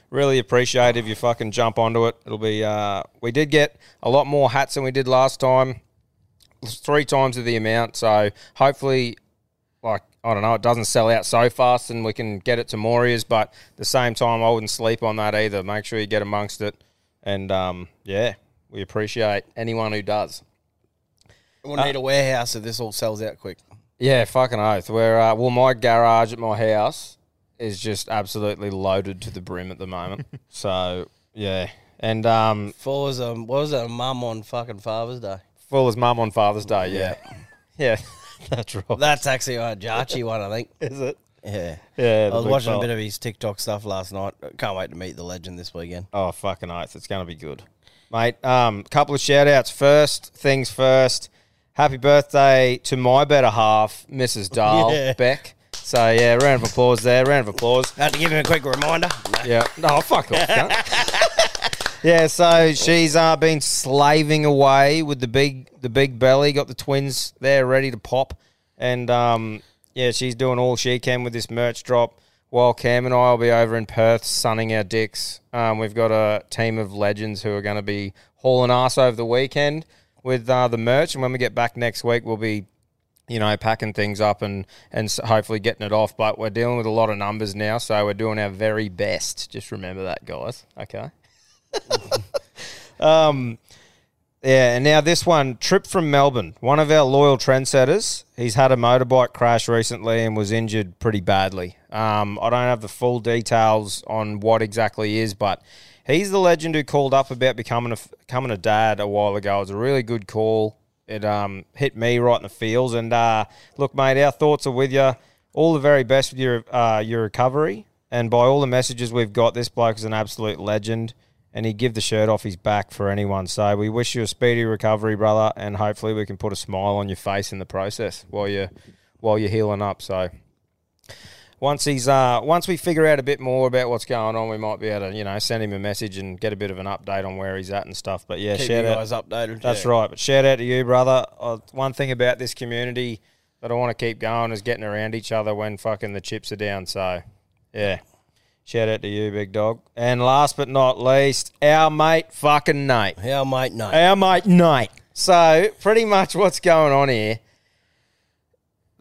Really appreciate if you fucking jump onto it. It'll be uh, we did get a lot more hats than we did last time, three times of the amount. So hopefully, like I don't know, it doesn't sell out so fast, and we can get it to more ears. But at the same time, I wouldn't sleep on that either. Make sure you get amongst it, and um, yeah, we appreciate anyone who does. We'll need a warehouse if this all sells out quick. Yeah, fucking oath. Where uh, well, my garage at my house is just absolutely loaded to the brim at the moment. so yeah, and um, For was um, what was that? A mum on fucking Father's Day. full as mum on Father's Day. Yeah, yeah, that's right. That's actually a Jarchi one, I think. Is it? Yeah. Yeah, I was watching a bit of his TikTok stuff last night. Can't wait to meet the legend this weekend. Oh, fucking oath. It's going to be good. Mate, um, couple of shout outs. First things first. Happy birthday to my better half, Mrs. Dahl Yeah. Beck. So, yeah, round of applause there. Round of applause. Had to give him a quick reminder. Yeah. No, fuck off. cunt. Yeah, so she's uh, been slaving away with the big the big belly. Got the twins there ready to pop, and um, yeah, she's doing all she can with this merch drop. While Cam and I will be over in Perth sunning our dicks. Um, we've got a team of legends who are going to be hauling ass over the weekend with uh, the merch, and when we get back next week, we'll be you know, packing things up and and s- hopefully getting it off. But we're dealing with a lot of numbers now, so we're doing our very best. Just remember that, guys. Okay. um, yeah, and now this one trip from Melbourne. One of our loyal trendsetters. He's had a motorbike crash recently and was injured pretty badly. Um, I don't have the full details on what exactly he is, but he's the legend who called up about becoming a f- becoming a dad a while ago. It was a really good call. It um, hit me right in the feels. And uh, look, mate, our thoughts are with you. All the very best with your uh, your recovery. And by all the messages we've got, this bloke is an absolute legend. And he'd give the shirt off his back for anyone. So we wish you a speedy recovery, brother, and hopefully we can put a smile on your face in the process while you're while you're healing up. So once he's uh once we figure out a bit more about what's going on, we might be able to, you know, send him a message and get a bit of an update on where he's at and stuff. But yeah, Keep shout you out. guys updated. That's yeah. right. But shout out to you, brother. Uh, one thing about this community that I want to keep going is getting around each other when fucking the chips are down. So, yeah. Shout out to you, big dog. And last but not least, our mate, fucking Nate. Our mate, no. Our mate, Nate. So, pretty much what's going on here.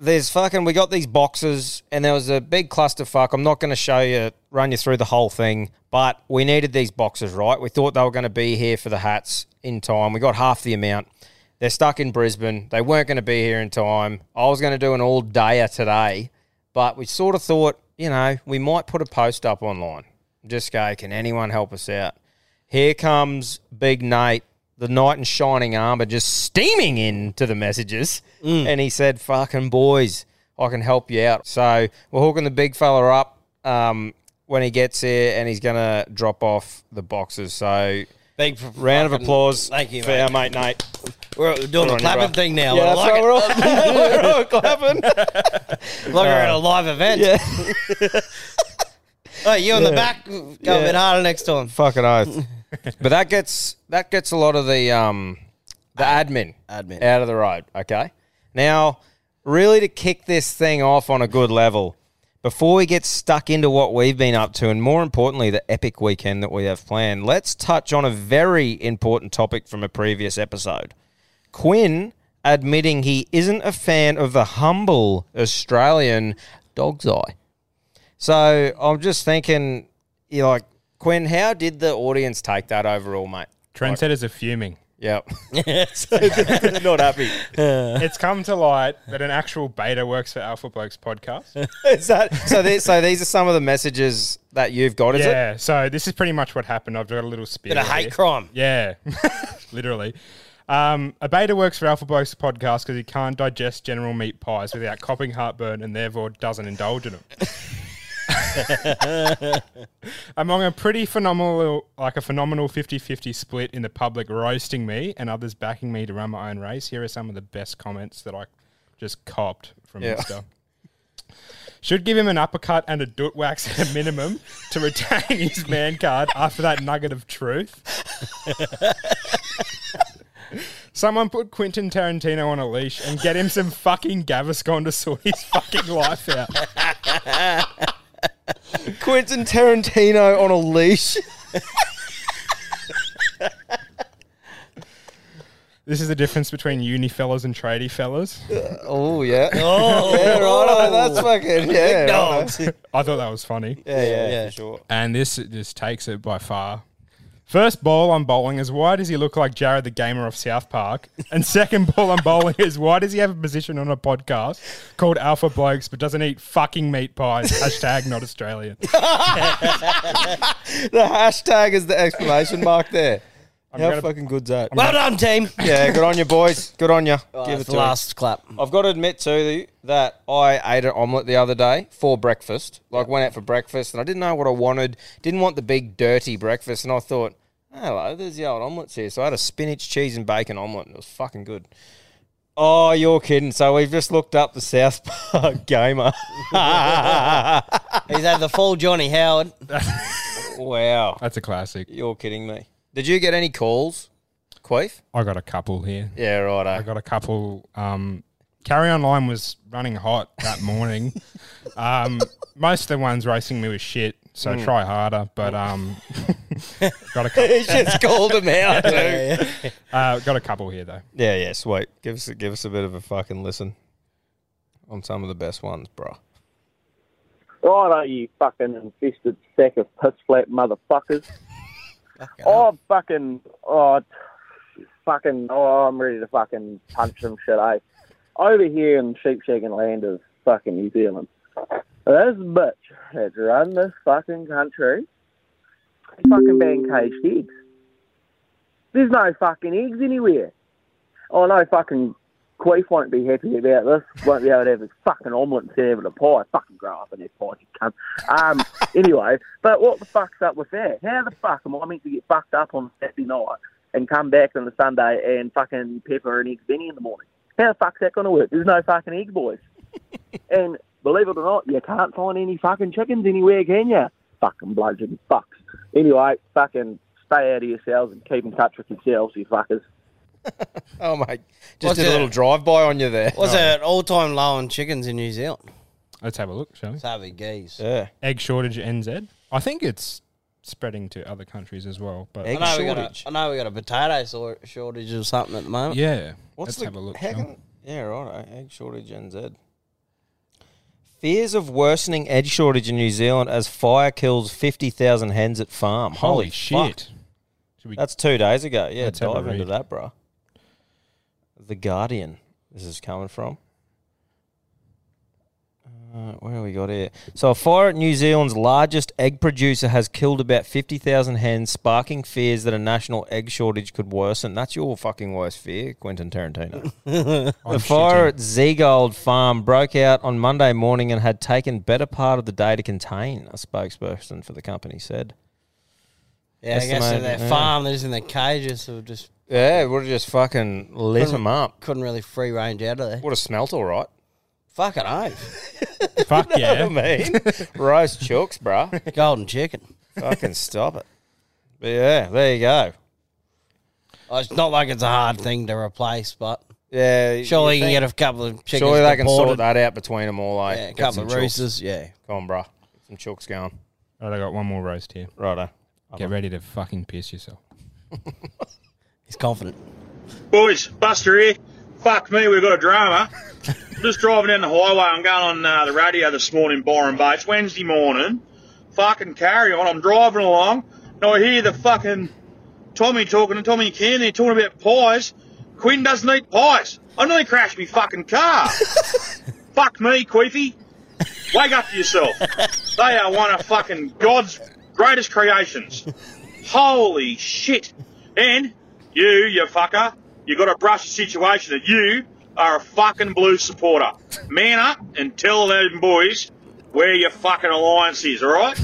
There's fucking, we got these boxes, and there was a big clusterfuck. I'm not going to show you, run you through the whole thing, but we needed these boxes, right? We thought they were going to be here for the hats in time. We got half the amount. They're stuck in Brisbane. They weren't going to be here in time. I was going to do an all dayer today, but we sort of thought, you know, we might put a post up online. Just go, can anyone help us out? Here comes Big Nate, the knight in shining armor, just steaming into the messages. Mm. And he said, Fucking boys, I can help you out. So we're hooking the big fella up um, when he gets here and he's going to drop off the boxes. So Big f- round of fucking- applause Thank you, for mate. our mate Nate. We're, we're doing Good the on you, clapping bruh. thing now. Yeah, I that's like right. it. We're all, we're all clapping. Like we're at a live event. Yeah. Oh, Hey, you on the back, go a bit harder next time. Fucking oath. but that gets that gets a lot of the um the admin Admin. out of the road. Okay. Now, really to kick this thing off on a good level, before we get stuck into what we've been up to, and more importantly, the epic weekend that we have planned, let's touch on a very important topic from a previous episode. Quinn admitting he isn't a fan of the humble Australian dog's eye. So I'm just thinking, you know, like Quinn, how did the audience take that overall, mate? Trendsetters are fuming. Yep. Not happy. It's come to light that an actual beta works for Alpha Blokes podcast. Is that so? These, so these are some of the messages that you've got, is it? yeah. So this is pretty much what happened. I've got a little spear. Bit of hate crime. Yeah, literally. Um, a beta works for Alpha Blokes podcast because he can't digest general meat pies without copping heartburn and therefore doesn't indulge in them. Among a pretty phenomenal, like a phenomenal 50-50 split in the public roasting me and others backing me to run my own race, here are some of the best comments that I just copped from Yeah. Insta. Should give him an uppercut and a doot wax at a minimum to retain his man card after that nugget of truth. Someone put Quentin Tarantino on a leash and get him some fucking Gaviscon to sort his fucking life out. Quentin Tarantino on a leash. This is the difference between uni fellas and tradie fellas. Oh yeah. Oh yeah, right. Oh, that's fucking yeah. righto. Dogs. I thought that was funny. Yeah, yeah, Yeah. for sure. And this just takes it by far. First ball I'm bowling is why does he look like Jared the Gamer of South Park? And second ball I'm bowling is why does he have a position on a podcast called Alpha Blokes but doesn't eat fucking meat pies? Hashtag not Australian. The hashtag is the exclamation mark there. How gonna- fucking good's that? Well done, team. Oh, yeah, good on you, boys. Good on you. Give That's it the to 'em. last clap. I've got to admit too that I ate an omelette the other day for breakfast. Like went out for breakfast and I didn't know what I wanted. Didn't want the big dirty breakfast, and I thought, hello, there's the old omelettes here. So I had a spinach, cheese, and bacon omelette, and it was fucking good. Oh, you're kidding! So we've just looked up the South Park gamer. He's had the full Johnny Howard. wow, That's a classic. you're kidding me. Did you get any calls, Queef? I got a couple here. Yeah, right. I got a couple. Um, Carry On Line was running hot that morning. um, most of the ones racing me was shit, so try harder. But um, got a couple, He just called him out. Too. Yeah, yeah. uh, got a couple here though. yeah, Sweet. Give us give us a bit of a fucking listen on some of the best ones, bro. Righto, you fucking infested sack of piss flat motherfuckers. oh, fucking, oh, t- fucking, oh, I'm ready to fucking punch some shit, eh? Over here in sheepshagging land of fucking New Zealand, this bitch has run this fucking country and fucking banned caged eggs. There's no fucking eggs anywhere. Oh, no fucking Queef won't be happy about this. Won't be able to have his fucking omelette instead of having a pie. Fucking grow up in his pie, you cunt. Um, anyway, but what the fuck's up with that? How the fuck am I meant to get fucked up on Saturday night and come back on the Sunday and fucking pepper an egg benny in the morning? How the fuck's that going to work? There's no fucking egg boys. and believe it or not, you can't find any fucking chickens anywhere, can you? Fucking bludgeon fucks. Anyway, fucking stay out of yourselves and keep in touch with yourselves, you fuckers. Oh mate, just What's did a it? little drive by on you there. Oh, Was it an all time low on chickens in New Zealand? Let's have a look, shall we? Savvy geese. Yeah, Egg shortage NZ. I think it's spreading to other countries as well. But I Egg know, we got shortage. a, I know we got a potato sor- shortage or something at the moment. yeah, What's let's the have a look. how shall we? can- yeah, right. eh? Egg shortage NZ. Fears of worsening egg shortage in New Zealand as fire kills fifty thousand hens at farm. Holy fuck. shit! Should we That's two days ago. Yeah, Let's have a dive into read. that, bro. The Guardian. This is coming from. Uh, where have we got here? So, a fire at New Zealand's largest egg producer has killed about 50,000 hens, sparking fears that a national egg shortage could worsen. That's your fucking worst fear, Quentin Tarantino. The fire at Zeagold Farm broke out on Monday morning and had taken better part of the day to contain, a spokesperson for the company said. Yeah, I guess Estimated, in their yeah. farm, they're just in their cages, so just Yeah, we'll just fucking lit them up. couldn't really free range out of there. Would have smelt all right. Fucking oath. Fuck I yeah! mean, roast chooks, bruh. Golden chicken. Fucking stop it. But yeah, there you go. Oh, it's not like it's a hard thing to replace, but Yeah, surely you, can get a couple of chickens. surely they can deported. sort that out between them all. Eh? Yeah, a Get couple some of chooks. roosters. Yeah. Come on, bruh. Get Some chooks going. Right, I got one more roast here. Righto. Get ready to fucking piss yourself. He's confident. Boys, Buster here. Fuck me, we've got a drama. I'm just driving down the highway. I'm going on uh, the radio this morning, Byron Bay. It's Wednesday morning. Fucking carry on. I'm driving along. And I hear the fucking Tommy talking to Tommy Ken. They're talking about pies. Quinn doesn't eat pies. I nearly crashed me fucking car. Fuck me, Queefy. Wake up to yourself. They are one of fucking God's greatest creations. Holy shit. And you, you fucker, you got to brush the situation that you are a fucking blue supporter. Man up and tell them boys where your fucking alliance is, alright?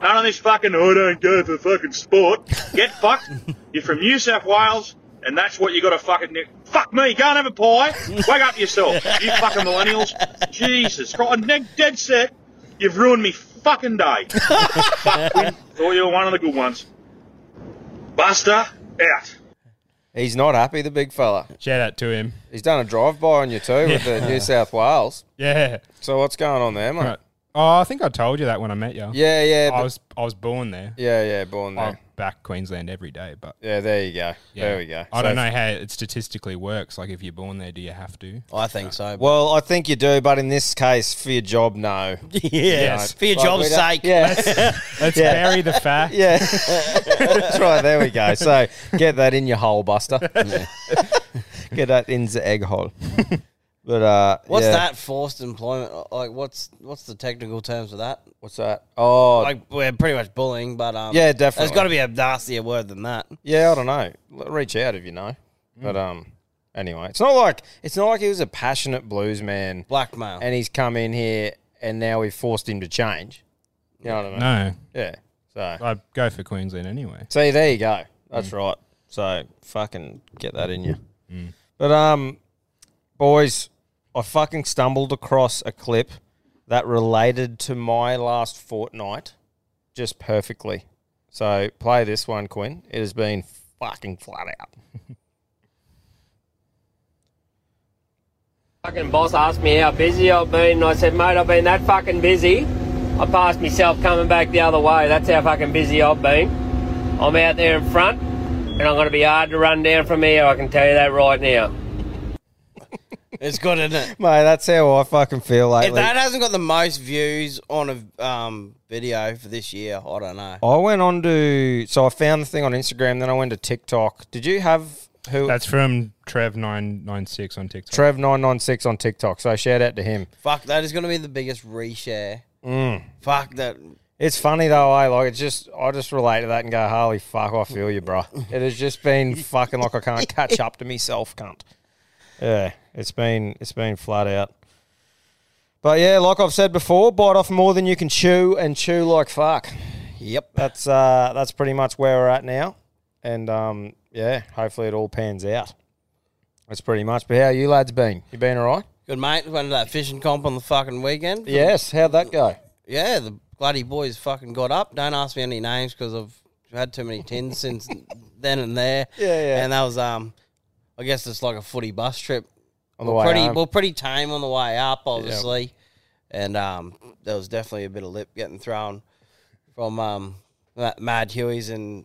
None of this fucking, I don't go for fucking sport. Get fucked. You're from New South Wales, and that's what you got to fucking do. Fuck me, go and have a pie. Wake up yourself, you fucking millennials. Jesus Christ, I'm dead- dead set. You've ruined me fucking day. Fuck, Quinn. thought you were one of the good ones. Buster, out. He's not happy, the big fella. Shout out to him. He's done a drive by on you too with the New South Wales. Yeah. So what's going on there, mate? Right. Oh, I think I told you that when I met you. Yeah, yeah, I but- was I was born there. yeah, yeah. Born there. I'm back Queensland every day, but Yeah, there you go. There we go. I So don't know how it statistically works. Like, if you're born there, do you have to? I think so. but- Well, I think you do, but in this case, for your job, no. yes. Yes. For your Like, we job's don't- sake. Yeah. Let's bury the fact. Yeah. That's right. There we go. So get that in your hole, Buster. get that in the egg hole. But uh, What's yeah. that forced employment? Like, what's what's the technical terms for that? What's that? Oh, Like, we're pretty much bullying, but um, Yeah, definitely. There's got to be a nastier word than that. yeah. I don't know. L- Reach out if you know. Hmm. But um, anyway, it's not like it's not like he was a passionate blues man, Blackmail. and he's come in here, and now we forced him to change. You know what I mean? No, Yeah. So I go for Queensland anyway. see, there you go. That's right. So fucking get that in you. But um, boys, I fucking stumbled across a clip that related to my last fortnight just perfectly. So play this one, Quinn. It has been fucking flat out. Fucking boss asked me how busy I've been, and I said, mate, I've been that fucking busy. I passed myself coming back the other way. That's how fucking busy I've been. I'm out there in front, and I'm going to be hard to run down from here. I can tell you that right now. It's good, isn't it? Mate, that's how I fucking feel If lately. that hasn't got the most views on a um, video for this year, I don't know. I went on to so I found the thing on Instagram, then I went to TikTok. Did you have who That's from Trev996 on TikTok. Trev nine nine six on TikTok? So shout out to him. Fuck, that is going to be the biggest reshare. Mm. Fuck that. It's funny though, eh? Like it's just I just relate to that and go, Harley, fuck, I feel you, bro. it has just been fucking like I can't catch up to myself, cunt. Yeah, it's been it's been flat out. But yeah, like I've said before, bite off more than you can chew and chew like fuck. Yep. That's uh that's pretty much where we're at now. And um yeah, hopefully it all pans out. That's pretty much. But how you lads been? You been alright? Good mate. Went to that fishing comp on the fucking weekend. Yes, how'd that go? Yeah, the bloody boys fucking got up. Don't ask me any names because I've had too many tins since then and there. Yeah, yeah. And that was um, I guess it's like a footy bus trip. On the We're way pretty, home. We're pretty tame on the way up, obviously, and um, there was definitely a bit of lip getting thrown from um, Ma- Mad Huey's and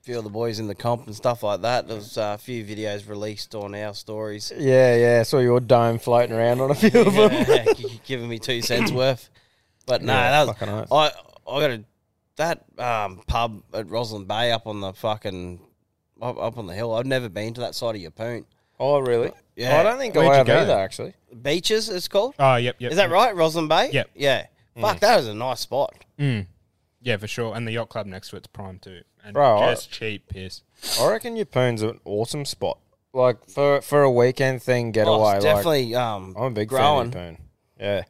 a few of the boys in the comp and stuff like that. There was uh, a few videos released on our stories. Yeah, yeah. I saw your dome floating around on a few of them. Yeah, g- giving me two cents worth. But no, Yeah, that fucking was oath. I. I got a that um, pub at Roslyn Bay up on the fucking up, up on the hill. I've never been to that side of Yapoon. Oh, really? Yeah. I don't think Where'd I you have go? either, actually. Beaches, it's called. Oh, yep, yep. Is that yep. right, Roslyn Bay? Yep. Yeah. Mm. Fuck, that was a nice spot. Yeah, for sure. And the yacht club next to it's prime too. And Bro, I- just cheap piss. I reckon Yapoon's an awesome spot. Like for for a weekend thing Oh, getaway. it's like, definitely. um, I'm a big growing. fan of Yapoon. Yeah.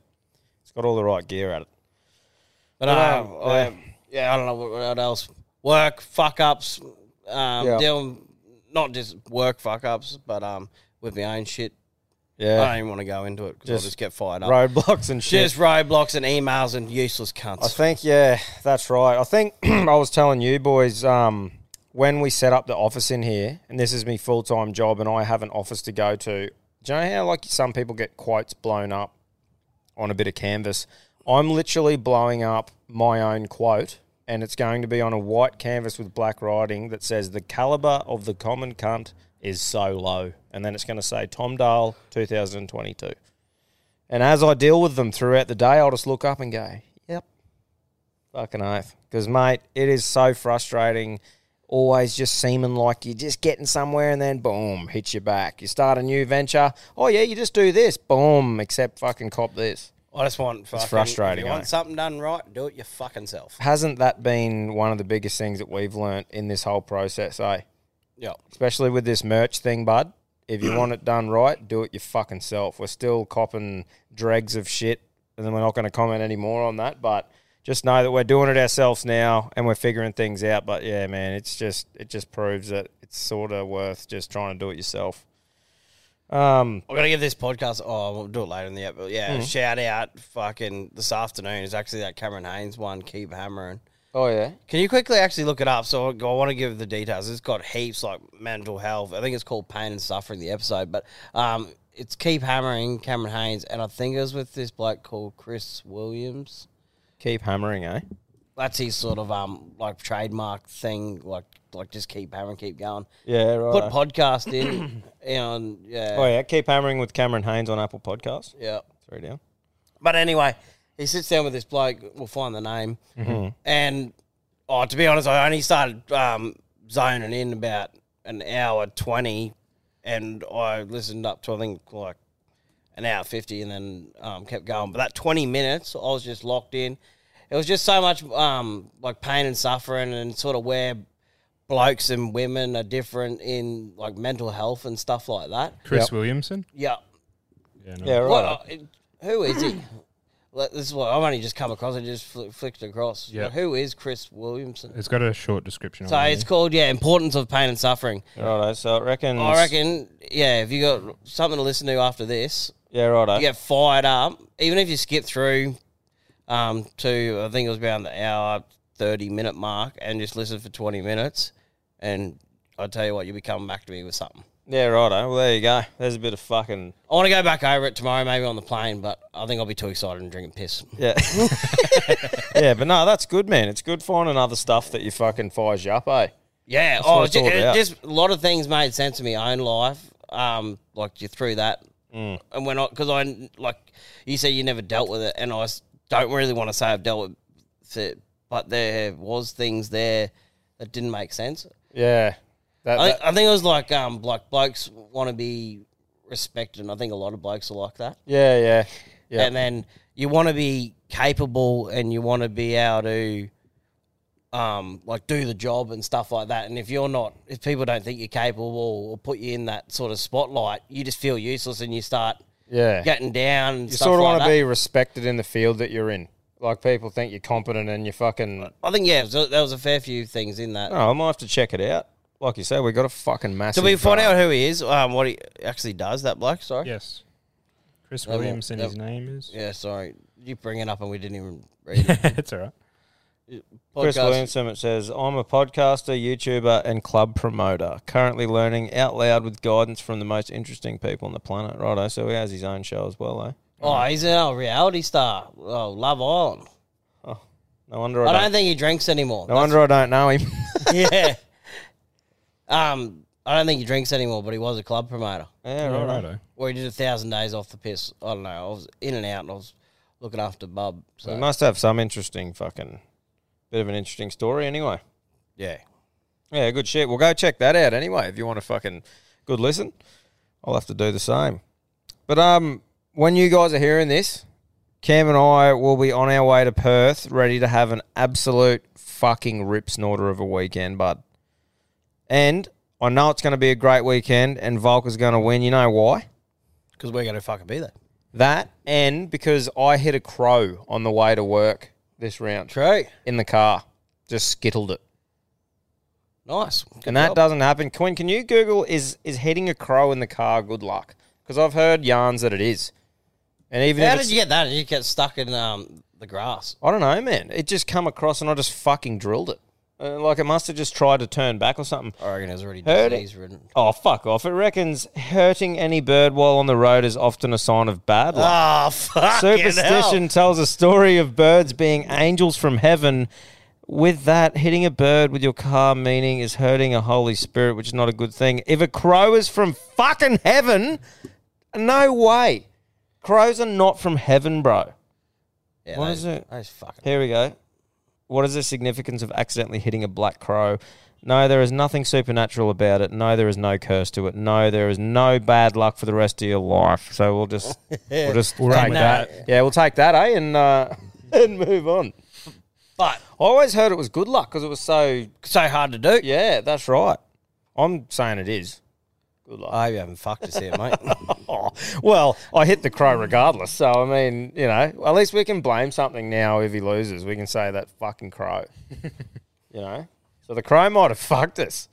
It's got all the right gear at it. But um, I, yeah, I don't know what, what else. Work fuck ups. Um, Yeah. dealing not just work fuck ups, but um, with my own shit. I don't Yeah. even want to go into it because I'll Just just get fired up. Roadblocks and shit. Just roadblocks and emails and useless cunts. I think yeah, that's right. I think I was telling you boys um, when we set up the office in here, and this is my full time job, and I have an office to go to. Do you know how like some people get quotes blown up on a bit of canvas? I'm literally blowing up my own quote, and it's going to be on a white canvas with black writing that says the caliber of the common cunt is so low, and then it's going to say Tom Dale 2022. And as I deal with them throughout the day, I'll just look up and go, yep. Fucking oath. Because, mate, it is so frustrating. Always just seeming like you're just getting somewhere and then boom, hits you back. You start a new venture. Oh, yeah, you just do this. Boom, except fucking cop this. I just want fucking, frustrating, If you eh? want something done right, do it your fucking self. Hasn't that been one of the biggest things that we've learnt in this whole process, eh? Yeah. Especially with this merch thing, bud. If you want it done right, do it your fucking self. We're still copping dregs of shit, and then we're not going to comment any more on that. But just know that we're doing it ourselves now, and we're figuring things out. But yeah, man, it's just it just proves that it's sort of worth just trying to do it yourself. Um, I'm gonna give this podcast. Oh, we'll do it later in the episode. Yeah, shout out. Fucking this afternoon is actually that Cameron Haynes one. Keep hammering. oh yeah, Can you quickly actually look it up? So I want to give the details. It's got heaps like mental health. I think it's called pain and suffering the episode, but um, it's keep hammering Cameron Haynes, and I think it was with this bloke called Chris Williams. keep hammering, eh? That's his sort of um like trademark thing. Like like just keep hammering, keep going. Yeah, right. Put podcast in, and yeah, oh yeah, keep hammering with Cameron Haynes on Apple Podcasts. yeah. Three down. But anyway, he sits down with this bloke. We'll find the name. And oh, to be honest, I only started um, zoning in about an hour twenty, and I listened up to I think like an hour fifty, and then um, kept going. But that twenty minutes, I was just locked in. It was just so much um, like pain and suffering, and sort of where blokes and women are different in like mental health and stuff like that. Chris Williamson? Yeah. Yeah, no. Yeah, right. Well, it- who is he? Like, this is what I've only just come across. I just fl- flicked across. Yeah. Who is Chris Williamson? It's got a short description. So on it's called yeah, importance of pain and suffering. Righto, so I reckon. I reckon yeah, if you got something to listen to after this, Yeah, righto. you get fired up. Even if you skip through, um, to I think it was around the hour thirty minute mark and just listen for twenty minutes, and I tell you what, you'll be coming back to me with something. Yeah, righto. Well, there you go. There's a bit of fucking. I want to go back over it tomorrow, maybe on the plane, but I think I'll be too excited and drinking piss. Yeah. yeah, but no, that's good, man. It's good finding other stuff that you fucking fires you up, eh? Yeah, what oh, it's ju- all it- about. just a lot of things made sense to me. Own life, um, like you through that, Mm. and when I because I like you said you never dealt with it, and I s- don't really want to say I've dealt with it, but there was things there that didn't make sense. Yeah. That, I, that- I think it was like um, like blokes want to be respected, and I think a lot of blokes are like that. yeah, yeah. Yeah. And then you want to be capable and you want to be able to um, like do the job and stuff like that. And if you're not, if people don't think you're capable or put you in that sort of spotlight, you just feel useless and you start yeah. getting down. And you stuff sort of like want to that. be respected in the field that you're in. Like people think you're competent and you fucking. I think yeah, so there was a fair few things in that. Oh, I might have to check it out. Like you said, we got a fucking massive. Did we find uh, out who he is? Um, what he actually does? That bloke? Sorry. Yes. Chris well, Williamson, yep. his name is. Yeah, sorry. You bring it up and we didn't even read it. it's all right. Chris Podcast. Williamson, it says, I'm a podcaster, YouTuber, and club promoter. Currently learning out loud with guidance from the most interesting people on the planet. Righto, so he has his own show as well, eh? Oh, he's a reality star. Oh, Love Island. No wonder I, I don't, don't think he drinks anymore. no wonder I don't know him. yeah. Um, I don't think he drinks anymore, but he was a club promoter. yeah, Yeah, righto. righto. Where he did a thousand days off the piss. I don't know. I was in and out, and I was looking after Bub. So So he must have some interesting fucking bit of an interesting story anyway. yeah, Yeah, good shit. Well, go check that out anyway if you want to fucking good listen. I'll have to do the same. But um, when you guys are hearing this, Cam and I will be on our way to Perth, ready to have an absolute fucking rip snorter of a weekend, bud. And I know it's going to be a great weekend, and Volker's going to win. You know why? because we're gonna fucking be there. That and because I hit a crow on the way to work this round. True. In the car, just skittled it. Nice. and that job. doesn't happen. Quinn, can you Google is is hitting a crow in the car good luck? Because I've heard yarns that it is, and even How if did it's- you get that? Did you get stuck in um the grass? I don't know, man. It just come across, and I just fucking drilled it. Uh, like it must have just tried to turn back or something. I reckon it was already Heard it. disease ridden. Oh fuck off! It reckons hurting any bird while on the road is often a sign of bad luck. Ah, fuck. Superstition tells a story of birds being angels from heaven. With that, hitting a bird with your car meaning is hurting a holy spirit, which is not a good thing. If a crow is from fucking heaven, no way. Crows are not from heaven, bro. Yeah, What those, is it? Those fucking. Here we go. What is the significance of accidentally hitting a black crow? No, there is nothing supernatural about it. No, there is no curse to it. No, there is no bad luck for the rest of your life. So we'll just we'll just take with that. Yeah, we'll take that, eh? And uh, and move on. But I always heard it was good luck because it was so. so hard to do. Yeah, that's right. I'm saying it is. Good luck. I haven't fucked us here, mate. Oh, well, I hit the crow regardless. So, I mean, you know, at least we can blame something now if he loses. We can say that fucking crow. you know? So the crow might have fucked us.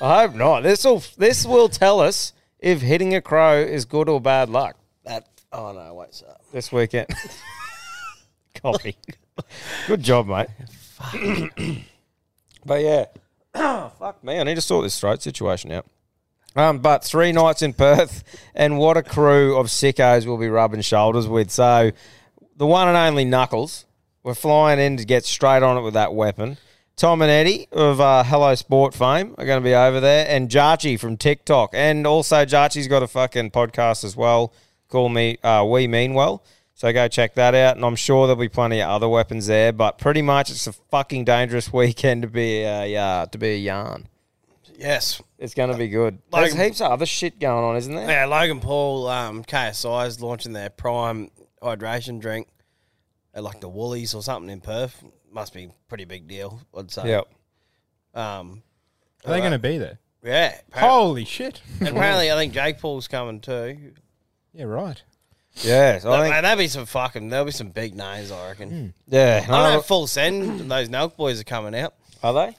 I hope not. This will this will tell us if hitting a crow is good or bad luck that. Oh no, wait. So this weekend. Copy. Good job, mate. but yeah, fuck me. I need to sort this throat situation out. Um, but three nights in Perth, and what a crew of sickos we'll be rubbing shoulders with. So, the one and only Knuckles, we're flying in to get straight on it with that weapon. Tom and Eddie of uh, Hello Sport fame are going to be over there, and Jarchi from TikTok, and also Jarchi's got a fucking podcast as well. Call me uh, We Mean Well. So go check that out, and I'm sure there'll be plenty of other weapons there. But pretty much, it's a fucking dangerous weekend to be a uh, to be a yarn. yes. It's going to be good. There's heaps of other shit going on, isn't there? Yeah, Logan Paul, um, KSI is launching their prime hydration drink at like the Woolies or something in Perth. Must be a pretty big deal, I'd say. Yep. Um, Are they going to be there? yeah. Appar- Holy shit. and apparently, I think Jake Paul's coming too. yeah, right. Yeah. so I That, think. Hmm. that'd be some fucking. There'll be some big names, I reckon. Yeah. I don't know. no, Full send. Those Nelk boys are coming out. Are they?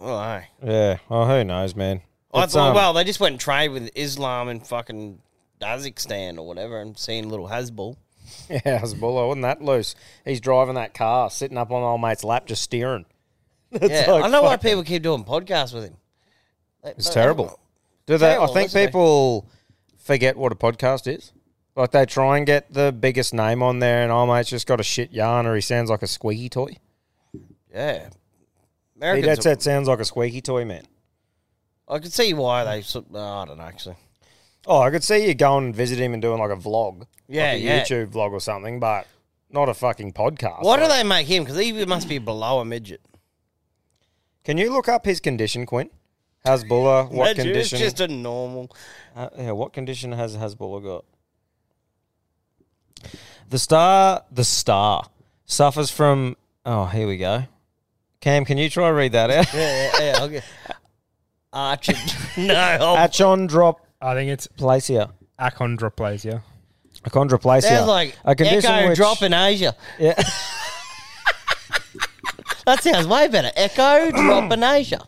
Oh, aye. Yeah. Well, who knows, man. I It's, thought, um, well, they just went and trade with Islam and fucking Kazakhstan or whatever, and seeing little Hasbul. Yeah, Hezbollah wasn't that loose. He's driving that car, sitting up on old mate's lap, just steering. Yeah, like I know why fucking- people keep doing podcasts with him. It's terrible. Do they? I terrible, think isn't it? people forget what a podcast is. Like they try and get the biggest name on there, and oh mate's just got a shit yarn, or he sounds like a squeaky toy. Yeah, He, Americans. that's are- it. Sounds like a squeaky toy, man. I can see why they. sort- no, I don't know actually. Oh, I could see you going and visit him and doing like a vlog, Yeah, like a yeah. YouTube vlog or something, but not a fucking podcast. Why do Like, they make him? Because he must be below a midget. Can you look up his condition, Quinn? Hasbulla, what Imagine it's condition? just a normal. Uh, yeah, what condition has Hasbulla got? The star, the star suffers from. Oh, here we go. Cam, can you try read that out? Yeah, yeah, yeah. Okay. Archie. no, oh, I'll- Achondrop I think it's placia, achondroplasia. achondroplasia. sounds like a condition echo which, drop in Asia. Yeah. that sounds way better. Echo drop in Asia.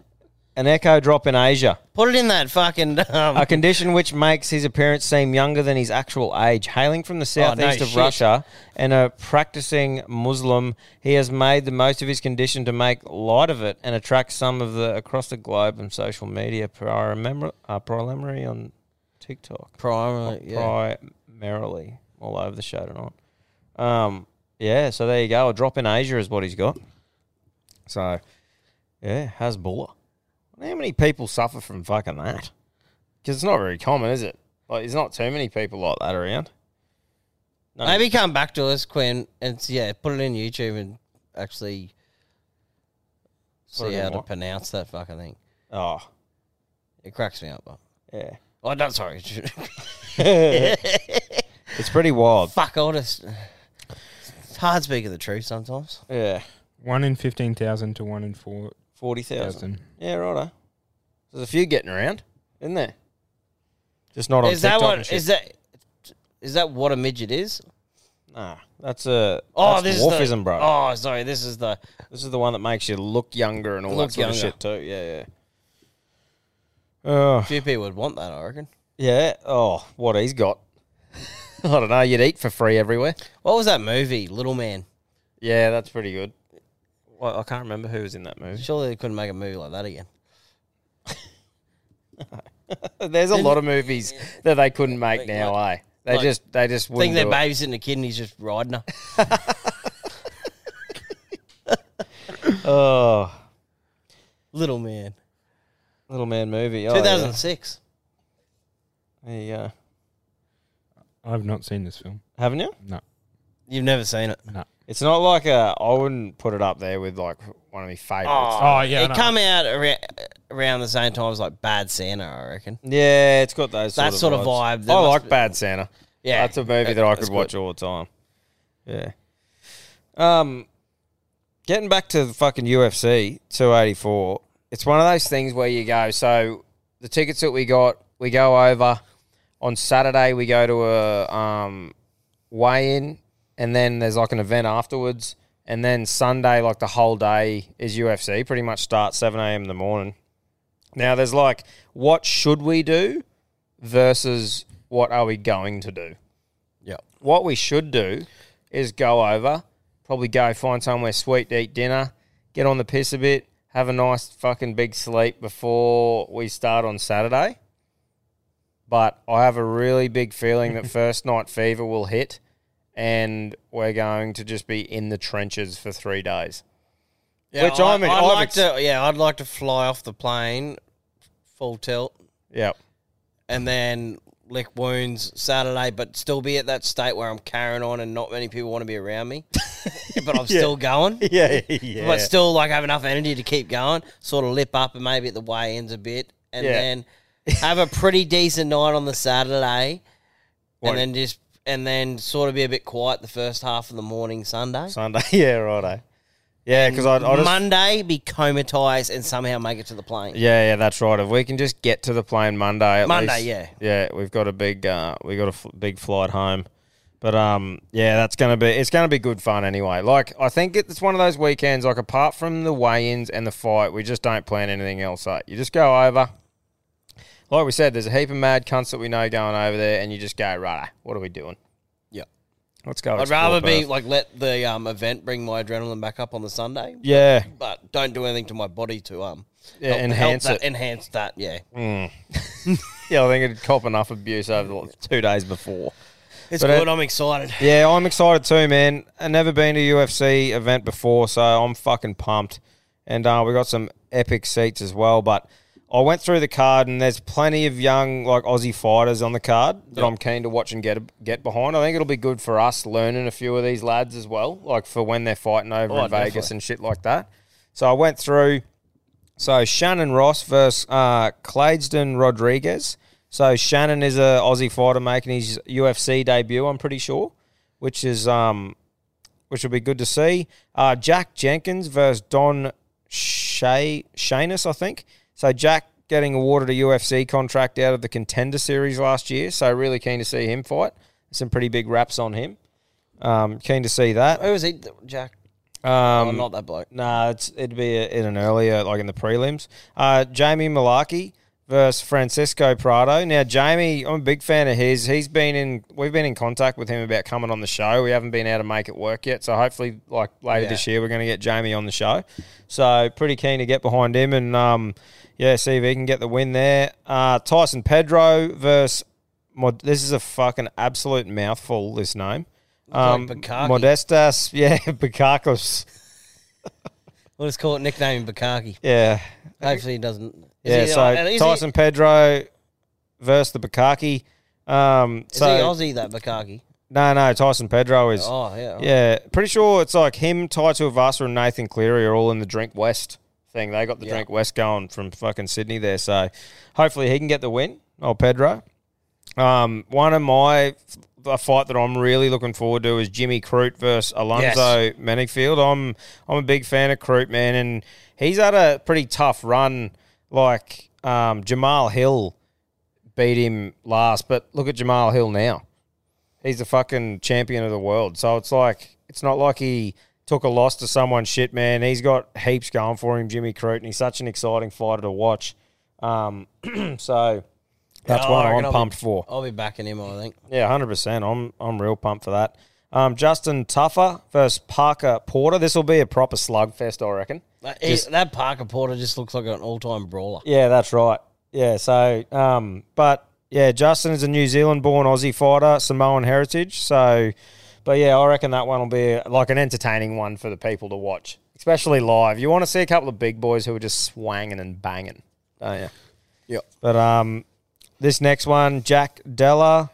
an echo drop in Asia. Put it in that fucking. Um, A condition which makes his appearance seem younger than his actual age. Hailing from the southeast of Oh, shit. Russia and a practicing Muslim, he has made the most of his condition to make light of it and attract some of the across the globe and social media primar- uh, primarily on TikTok. primary. Yeah. Primarily all over the show tonight. Um, yeah, so there you go. A drop in Asia is what he's got. So, yeah, Hasbulla. How many people suffer from fucking that? Because it's not very common, is it? Like, there's not too many people like that around. No. Maybe come back to us, Quinn, and s- yeah, put it in YouTube and actually it see in how to what? pronounce that fucking thing. Oh, It cracks me up. But, yeah. oh, no, sorry. It's pretty wild. Fuck all this. It's hard speaking the truth sometimes. Yeah. One in fifteen thousand to one in four 40,000. thousand. Yeah, righto. There's a few getting around, isn't there? Just not on is that TikTok and what shit. is that? Is that what a midget is? Nah, that's a Oh, that's this dwarfism, is the, bro. Oh, sorry, this is the This is the one that makes you look younger and all Look that sort younger. of shit too. Yeah, yeah. Oh, few people would want that. I reckon. yeah. Oh, what he's got. I don't know. You'd eat for free everywhere. What was that movie, Little Man? Yeah, that's pretty good. Well, I can't remember who was in that movie. Surely they couldn't make a movie like that again. There's a lot of movies that they couldn't make now, eh? They like- just, they just wouldn't. Think they're do it. babysitting a kid and he's just riding her. Oh, Little Man. little man movie. Oh, yeah. 2006. There you go. I've not seen this film. Haven't you? No, You've never seen it. no. It's not like a. I wouldn't put it up there with like one of my favorites. Oh yeah, it no. come out around, around the same time as like Bad Santa, I reckon. Yeah, it's got those. That sort of sort of vibes. vibe. There I must like be- Bad Santa. Yeah, that's a movie that I could watch all the time. Yeah. Um, getting back to the fucking UFC 284, it's one of those things where you go. So the tickets that we got, we go over on Saturday. We go to a um, weigh-in, and then there's like an event afterwards, and then Sunday, like the whole day is UFC. Pretty much starts 7 a.m. in the morning. Now there's like, what should we do versus what are we going to do? Yeah. What we should do is go over, probably go find somewhere sweet to eat dinner, get on the piss a bit, have a nice fucking big sleep before we start on Saturday. But I have a really big feeling that first night fever will hit and we're going to just be in the trenches for three days. Yeah, Which I'm in- I'd I've like ex- to. Yeah, I'd like to fly off the plane, full tilt, Yep. and then lick wounds Saturday, but still be at that state where I'm carrying on and not many people want to be around me, but I'm still going. Yeah, yeah. But still, like, have enough energy to keep going. Sort of lip up and maybe at the weigh ins a bit, and Yeah. then have a pretty decent night on the Saturday, What- and then just and then sort of be a bit quiet the first half of the morning Sunday. Sunday. Yeah, righto. Yeah, because I, I just Monday, be comatose and somehow make it to the plane. Yeah, yeah, that's right. If we can just get to the plane Monday, at Monday, least- yeah. yeah, we've got a big, uh, we got a f- big flight home, but um, yeah, that's gonna be it's gonna be good fun anyway. Like I think it's one of those weekends. Like apart from the weigh-ins and the fight, we just don't plan anything else. Like you just go over. Like we said, there's a heap of mad cunts that we know going over there, and you just go right. What are we doing? Yep. Let's go. I'd explore rather be Perth. like let the um, event bring my adrenaline back up on the Sunday, yeah, but don't do anything to my body to um Yeah, enhance that, it. Mm. enhance that. Yeah, yeah. I think it'd cop enough abuse over the like, two days before. it's But, uh, good. I'm excited. Yeah, I'm excited too, man. I've never been to a UFC event before, so I'm fucking pumped. And uh, we got some epic seats as well. But I went through the card, and there's plenty of young like Aussie fighters on the card that I'm keen to watch and get get behind. I think it'll be good for us learning a few of these lads as well, like for when they're fighting over in Vegas and shit like that. So I went through. So Shannon Ross versus uh, Cladesden Rodriguez. So Shannon is a Aussie fighter making his UFC debut. I'm pretty sure, which is um, which will be good to see. Uh, Jack Jenkins versus Don Shay Shanus, I think. So Jack getting awarded a UFC contract out of the Contender Series last year. So really keen to see him fight. Some pretty big raps on him. Um, keen to see that. Who is he, Jack? Um, I'm not that bloke. Nah, it's, it'd be a, in an earlier, like in the prelims. Uh, Jamie Malarkey versus Francisco Prado. Now, Jamie, I'm a big fan of his. He's been in, we've been in contact with him about coming on the show. We haven't been able to make it work yet. So hopefully, like later this year, we're going to get Jamie on the show. So pretty keen to get behind him and, um, yeah, see if he can get the win there. Uh, Tyson Pedro versus, Mod- this is a fucking absolute mouthful, this name. Um, like Bukaki. Modestas, yeah, Bukakos. We'll just call it nickname Bukaki. Yeah. Hopefully he doesn't. Yeah, Is he- so uh, is he- Tyson Pedro versus the Bukaki. Um, Is so he Aussie that Bukaki? no, no, Tyson Pedro is. Oh yeah. right. Yeah, pretty sure it's like him, Tai Tuivasa, and Nathan Cleary are all in the Drink West thing. They got the Drink West going from fucking Sydney there. So hopefully he can get the win. Oh, Pedro. Um, one of my a fight that I'm really looking forward to is Jimmy Crute versus Alonzo Manningfield. I'm I'm a big fan of Crute, man, and he's had a pretty tough run. Like um, Jamal Hill beat him last, but look at Jamal Hill now. He's the fucking champion of the world. So it's like it's not like he took a loss to someone shit, man. He's got heaps going for him, Jimmy Crute, and he's such an exciting fighter to watch. Um, so that's Yeah, Oh, I reckon I'll one I'm be- Oh. pumped for. I'll be backing him. I think. Yeah, hundred percent. I'm I'm real pumped for that. Um, Justin Tuffer versus Parker Porter. This will be a proper slugfest, I reckon. That, Uh, he- Just- that Parker Porter just looks like an all-time brawler. Yeah, that's right. Yeah, so um, but yeah, Justin is a New Zealand-born Aussie fighter, Samoan heritage. So, but yeah, I reckon that one will be like an entertaining one for the people to watch, especially live. You want to see a couple of big boys who are just swanging and banging, don't you? Yep. But um, this next one, Jack Della,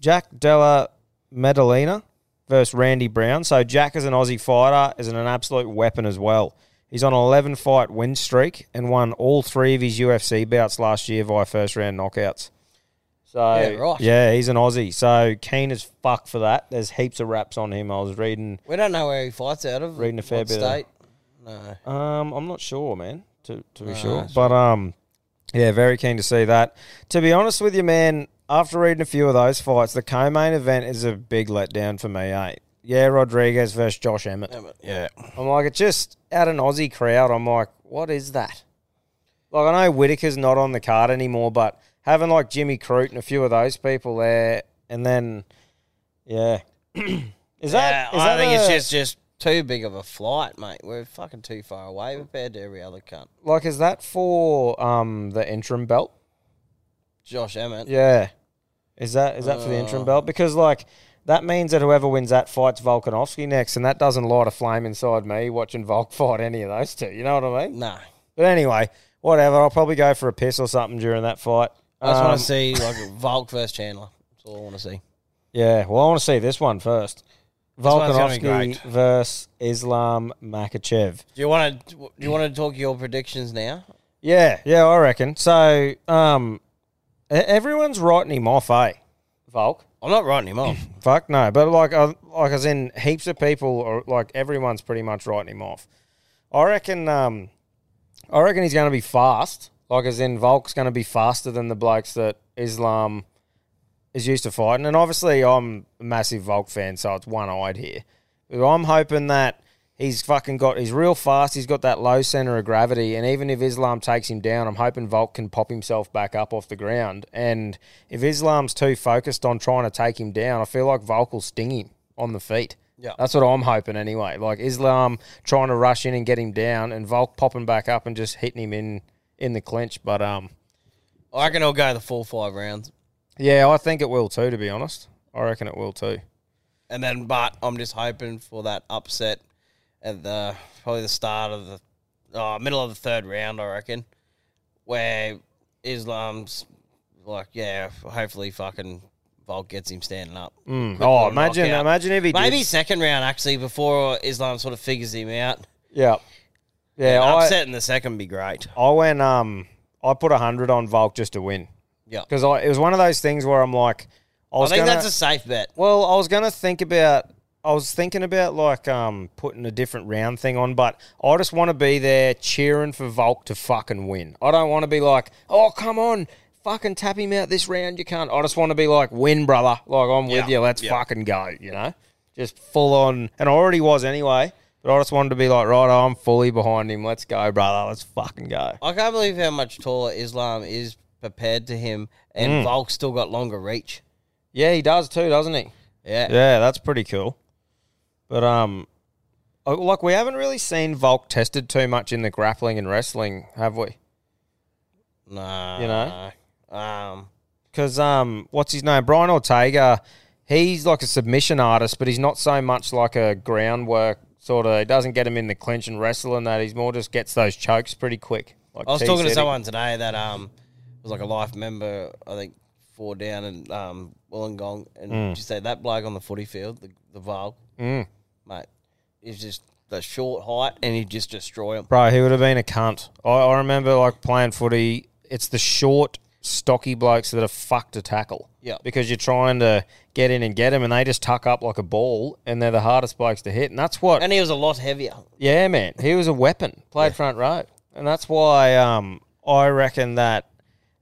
Jack Della Medellina versus Randy Brown. So Jack is an Aussie fighter, is an absolute weapon as well. He's on an 11 fight win streak and won all three of his UFC bouts last year via first round knockouts. So Yeah, right. yeah, he's an Aussie. So keen as fuck for that. There's heaps of raps on him. I was reading. We don't know where he fights out of. Reading a fair what bit of- State. No. Um, I'm not sure, man. To to be sure, but um, yeah, very keen to see that. To be honest with you, man, after reading a few of those fights, the co-main event is a big letdown for me. Eh? Yeah, Rodriguez versus Josh Emmett. Yeah. I'm like, it's just at an Aussie crowd. I'm like, what is that? Like, I know Whitaker's not on the card anymore, but having like Jimmy Crute and a few of those people there, and then, yeah, is that? Yeah, is I that think it's a- just just too big of a flight, mate. We're fucking too far away compared to every other cunt. like is that for um the interim belt? Josh Emmett. Yeah. Is that is that for the interim Oh. belt? Because like that means that whoever wins that fights Volkanovski next, and that doesn't light a flame inside me watching Volk fight any of those two. You know what I mean? Nah. But anyway, whatever. I'll probably go for a piss or something during that fight. I just Um, want to see like Volk versus Chandler. That's all I want to see. Yeah, well, I want to see this one first. one's gonna be Volkanovski versus Islam Makachev. Do you want to? Do you want to talk your predictions now? Yeah, yeah, I reckon. So, um, e- everyone's writing him off, eh? Volk. I'm not writing him off. Fuck no, but like, uh, like as in heaps of people, or like everyone's pretty much writing him off. I reckon, um, I reckon he's going to be fast. Like as in Volk's going to be faster than the blokes that Islam is used to fighting. And obviously, I'm a massive Volk fan, so it's one eyed here. But I'm hoping that he's fucking got. He's real fast. He's got that low center of gravity, and even if Islam takes him down, I'm hoping Volk can pop himself back up off the ground. And if Islam's too focused on trying to take him down, I feel like Volk will sting him. on the feet. Yeah. That's what I'm hoping anyway. Like Islam trying to rush in and get him down and Volk popping back up and just hitting him in in the clinch. But um I reckon it'll go the full five rounds. yeah, I think it will too, to be honest. I reckon it will too. And then, but I'm just hoping for that upset at the probably the start of the oh, middle of the third round, I reckon, where Islam's like, yeah, hopefully fucking Volk gets him standing up. Quick Oh, little imagine knockout. imagine if he Maybe did. second round actually before Islam sort of figures him out. Yeah. Yeah, I, Upset in the second would be great. I went um I put hundred on Volk just to win. Yeah. Because I it was one of those things where I'm like I I was think gonna, that's a safe bet. Well, I was gonna think about. I was thinking about like um, putting a different round thing on, but I just want to be there cheering for Volk to fucking win. I don't want to be like, oh come on, fucking tap him out this round, you can't. I just want to be like, win, brother. Like I'm with you. Let's fucking go. You know, just full on. And I already was anyway, but I just wanted to be like, right, I'm fully behind him. Let's go, brother. Let's fucking go. I can't believe how much taller Islam is compared to him, and Mm. Volk's still got longer reach. Yeah, he does too, doesn't he? Yeah. Yeah, that's pretty cool. But um, oh, like we haven't really seen Volk tested too much in the grappling and wrestling, have we? Nah. You know? Um, Because um, what's his name? Brian Ortega. He's like a submission artist, but he's not so much like a groundwork sort of. It doesn't get him in the clinch and wrestle and that. He's more just gets those chokes pretty quick. Like I was T talking said, to he- someone today that um was like a life member, I think, four down in um Wollongong, and Hmm. you say that bloke on the footy field, the the Val, mate, is just the short height, and he just destroy him. Bro, he would have been a cunt. I, I remember like playing footy. It's the short, stocky blokes that are fucked to tackle. Yeah. Because you're trying to get in and get them, and they just tuck up like a ball, and they're the hardest blokes to hit. And that's what. And he was a lot heavier. yeah, man. He was a weapon. Played front row, and that's why um I reckon that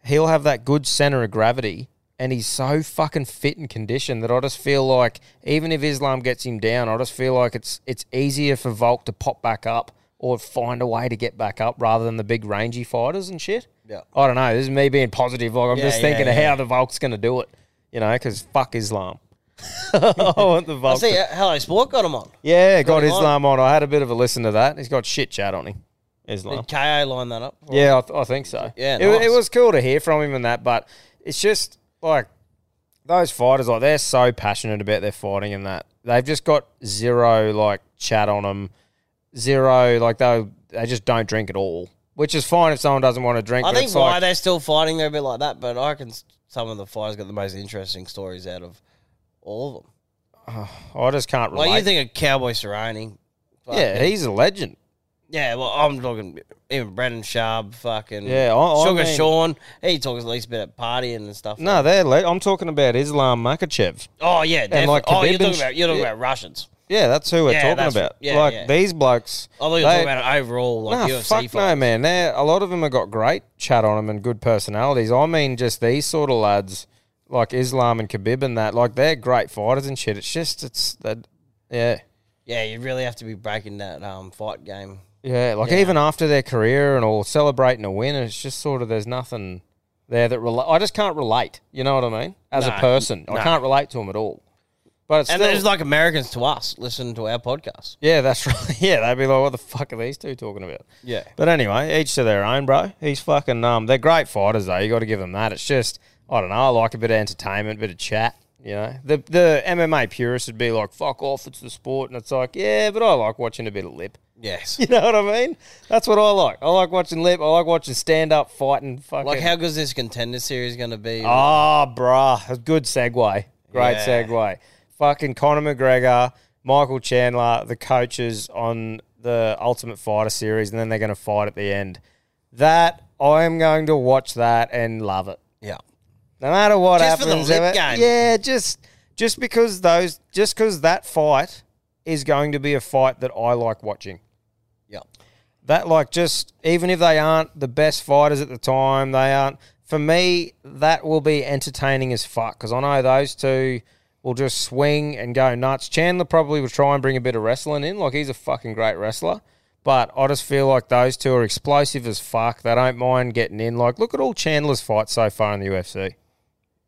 he'll have that good center of gravity. And he's so fucking fit and conditioned that I just feel like even if Islam gets him down, I just feel like it's it's easier for Volk to pop back up or find a way to get back up rather than the big rangy fighters and shit. Yeah. I don't know. This is me being positive. Like I'm Yeah, just yeah, thinking of yeah. how the Volk's going to do it, you know? Because fuck Islam. I want the I Volk. see. to- uh, Hello Sport got him on. yeah, got, him on. Islam on. I had a bit of a listen to that. He's got shit chat on him. Islam. Did KO line that up? Yeah, I, th- I think so. Yeah, it, wa- it nice. was cool to hear from him and that, but it's just like those fighters, like they're so passionate about their fighting and that they've just got zero like chat on them, zero like they they just don't drink at all, which is fine if someone doesn't want to drink. I but think it's why like, they're still fighting, they're a bit like that. But I reckon s- some of the fighters got the most interesting stories out of all of them. I just can't relate. Like you think of Cowboy Cerrone. fuck, yeah, he's a legend. yeah. Well, I'm talking even Brendan Sharp, fucking Yeah, I- I Sugar mean- Sean. He talks at least about partying and stuff. No, like- they're. Le- I'm talking about Islam Makachev. oh yeah, definitely. like oh, you're Khabib talking and sh- about you're talking yeah. about Russians. Yeah, that's who we're Yeah, talking that's- about. yeah, like yeah. these blokes. I thought you were they- talking about overall like nah, UFC fuck fights. no, man. They're, a lot of them have got great chat on them and good personalities. I mean, just these sort of lads like Islam and Khabib and that, like they're great fighters and shit. It's just it's that, yeah, Yeah, you really have to be breaking that um fight game. yeah. Like even after their career and all, celebrating a win, it's just sort of there's nothing there that relate. I just can't relate. You know what I mean? As a person, I can't relate to them at all. But it's And still, there's like Americans to us listening to our podcast. yeah, that's right. Yeah, they'd be like, what the fuck are these two talking about? Yeah. But anyway, each to their own, bro. He's fucking um, they're great fighters though. You got to give them that. It's just I don't know. I like a bit of entertainment, bit of chat. You know, the the MMA purists would be like, "Fuck off, it's the sport," and it's like, yeah, but I like watching a bit of lip. Yes. You know what I mean? That's what I like. I like watching lip. I like watching stand up fighting. Fucking Like, how good is this contender series going to be? Ah, bruh. A Good segue. Great Yeah. segue. Fucking Conor McGregor, Michael Chandler, the coaches on the Ultimate Fighter series, and then they're going to fight at the end. That, I am going to watch that and love it. yeah. No matter what Just for the happens, lip ever- game. yeah, just just because those, just because that fight is going to be a fight that I like watching Yeah. that like just even if they aren't the best fighters at the time, they aren't for me. That will be entertaining as fuck because I know those two will just swing and go nuts. Chandler probably will try and bring a bit of wrestling in, like he's a fucking great wrestler. But I just feel like those two are explosive as fuck. They don't mind getting in. Like, look at all Chandler's fights so far in the UFC.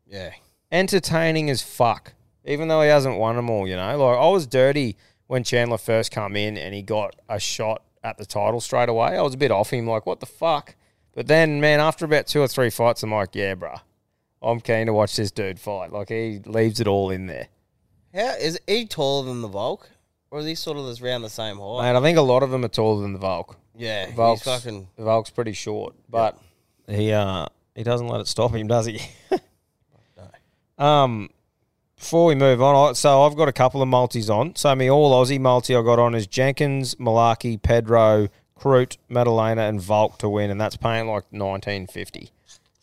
Yeah. Entertaining as fuck. even though he hasn't won them all, you know. Like I was dirty when Chandler first come in and he got a shot at the title straight away. I was a bit off him, like what the fuck. But then, man, after about two or three fights, I'm like, yeah, bruh, I'm keen to watch this dude fight. Like he leaves it all in there. How is he taller than the Volk, or is he sort of this round the same height? Man, I think a lot of them are taller than the Volk. yeah, Volk's, he's fucking. Volk's pretty short, but he uh he doesn't let it stop him, does he? Um, before we move on, I, so I've got a couple of multis on. So my all Aussie multi I got on is Jenkins, Malarkey, Pedro, Crute, Madalena, and Volk to win, and that's paying like nineteen fifty.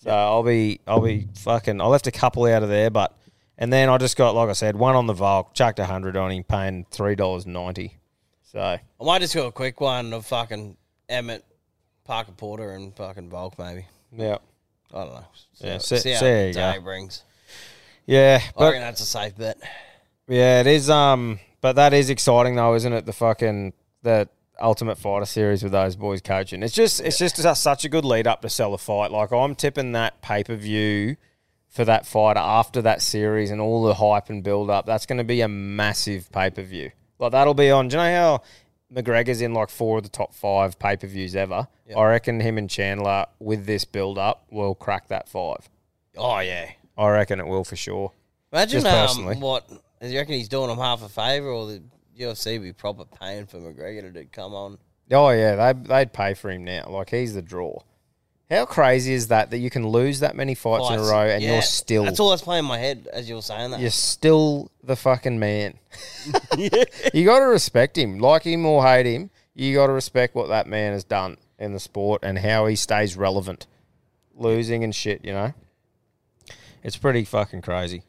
So I'll be I'll be fucking I left a couple out of there, but and then I just got like I said one on the Volk, chucked a hundred on him, paying three dollars ninety. So I might just do a quick one of fucking Emmett, Parker Porter, and fucking Volk maybe. yeah, I don't know. See Yeah, how- see- how see how you day go. brings. yeah, I but reckon that's a safe bet. Yeah, it is. Um, but that is exciting though, isn't it? The fucking the Ultimate Fighter series with those boys coaching. It's just it's just a- such a good lead up to sell a fight. Like I'm tipping that pay per view for that fighter after that series and all the hype and build up. That's going to be a massive pay per view. Like that'll be on. Do you know how McGregor's in like four of the top five pay per views ever? I reckon him and Chandler with this build up will crack that five. Oh yeah. I reckon it will for sure. Imagine Just personally. um, what do you reckon he's doing him half a favour or the UFC be proper paying for McGregor to come on. Oh yeah, they they'd pay for him now. Like he's the draw. How crazy is that that you can lose that many fights in a Twice. row and Yeah, you're still That's all that's playing in my head as you were saying that. you're still the fucking man. you got to respect him, like him or hate him. You got to respect what that man has done in the sport and how he stays relevant, losing and shit. You know, it's pretty fucking crazy.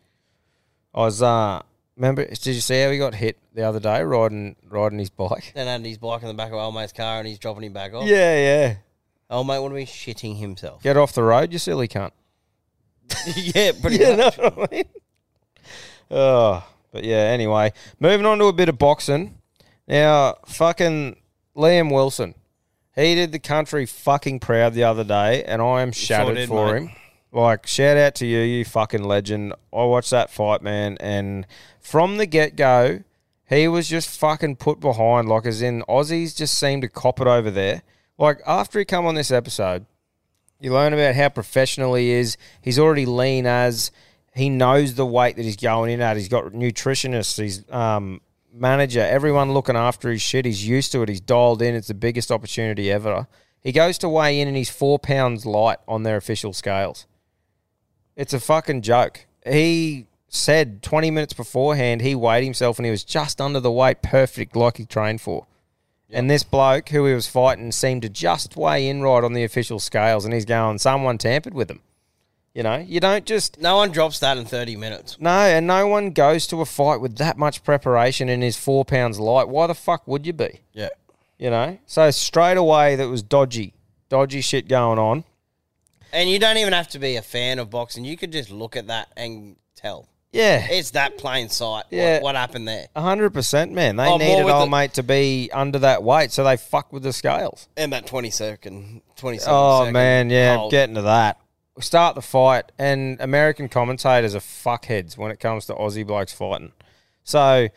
I was uh, remember? Did you see how he got hit the other day riding riding his bike? Then had his bike in the back of old mate's car and he's dropping him back off. Yeah, yeah. Old mate would have been shitting himself. Get off the road, you silly cunt. yeah, pretty you know what I mean? Oh, but yeah, anyway, moving on to a bit of boxing. Now, fucking Liam Wilson. He did the country fucking proud the other day, and I am shattered did, for mate. him. Like, shout out to you, you fucking legend. I watched that fight, man, and from the get go, he was just fucking put behind, like, as in Aussies just seem to cop it over there. Like, after he come on this episode, you learn about how professional he is. He's already lean as he knows the weight that he's going in at. He's got nutritionists, he's um, manager, everyone looking after his shit. He's used to it. He's dialed in. It's the biggest opportunity ever. He goes to weigh in and he's four pounds light on their official scales. It's a fucking joke. He said 20 minutes beforehand he weighed himself and he was just under the weight, perfect like he trained for. And this bloke who he was fighting seemed to just weigh in right on the official scales, and he's going, someone tampered with him. You know, you don't just No one drops that in 30 minutes. no, and no one goes to a fight with that much preparation and is four pounds light. Why the fuck would you be? Yeah. You know, so straight away that was dodgy, dodgy shit going on. And you don't even have to be a fan of boxing. You could just look at that and tell. Yeah, It's that plain sight. Yeah. What, what happened there? hundred percent, man. They Oh, more needed with old the- mate to be under that weight, so they fuck with the scales. And that 20 second, 20 second. Oh second man, yeah, hold. getting to that. We start the fight, and American commentators are fuckheads when it comes to Aussie blokes fighting. So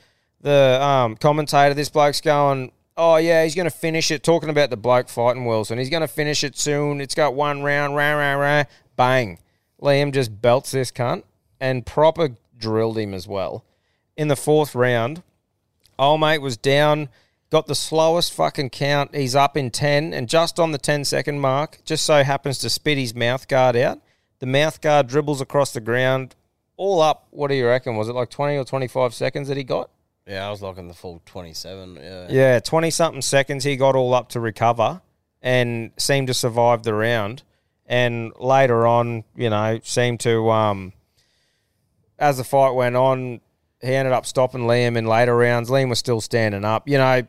the um, commentator, this bloke's going, "Oh yeah, he's going to finish it." Talking about the bloke fighting Wilson, he's going to finish it soon. It's got one round, round, round, round, bang. Liam just belts this cunt and proper drilled him as well. In the fourth round, old mate was down, got the slowest fucking count. He's up in 10, and just on the 10 second mark, just so happens to spit his mouth guard out. The mouth guard dribbles across the ground, all up. What do you reckon? Was it like 20 or 25 seconds that he got? Yeah, I was locking the full 27. Yeah. Yeah, 20 something seconds he got all up to recover and seemed to survive the round. And later on, you know, seemed to, um, as the fight went on, he ended up stopping Liam in later rounds. Liam was still standing up. You know,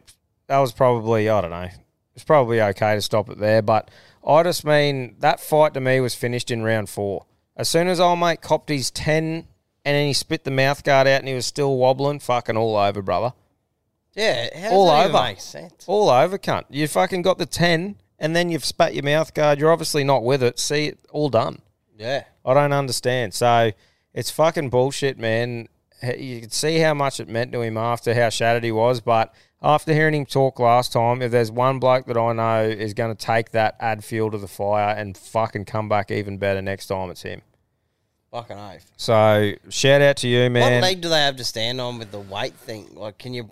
that was probably, I don't know, it's probably okay to stop it there. But I just mean that fight to me was finished in round four. As soon as old mate copped his 10 and then he spit the mouth guard out and he was still wobbling, fucking all over, brother. Yeah. How does All that even over. make sense? All over, cunt. You fucking got the 10 and then you've spat your mouth guard. You're obviously not with it. See, it all done. Yeah. I don't understand. So it's fucking bullshit, man. you could see how much it meant to him after how shattered he was. But after hearing him talk last time, if there's one bloke that I know is going to take that ad fuel to the fire and fucking come back even better next time, it's him. Fucking oath. So shout out to you, What man. leg do they have to stand on with the weight thing? Like, can you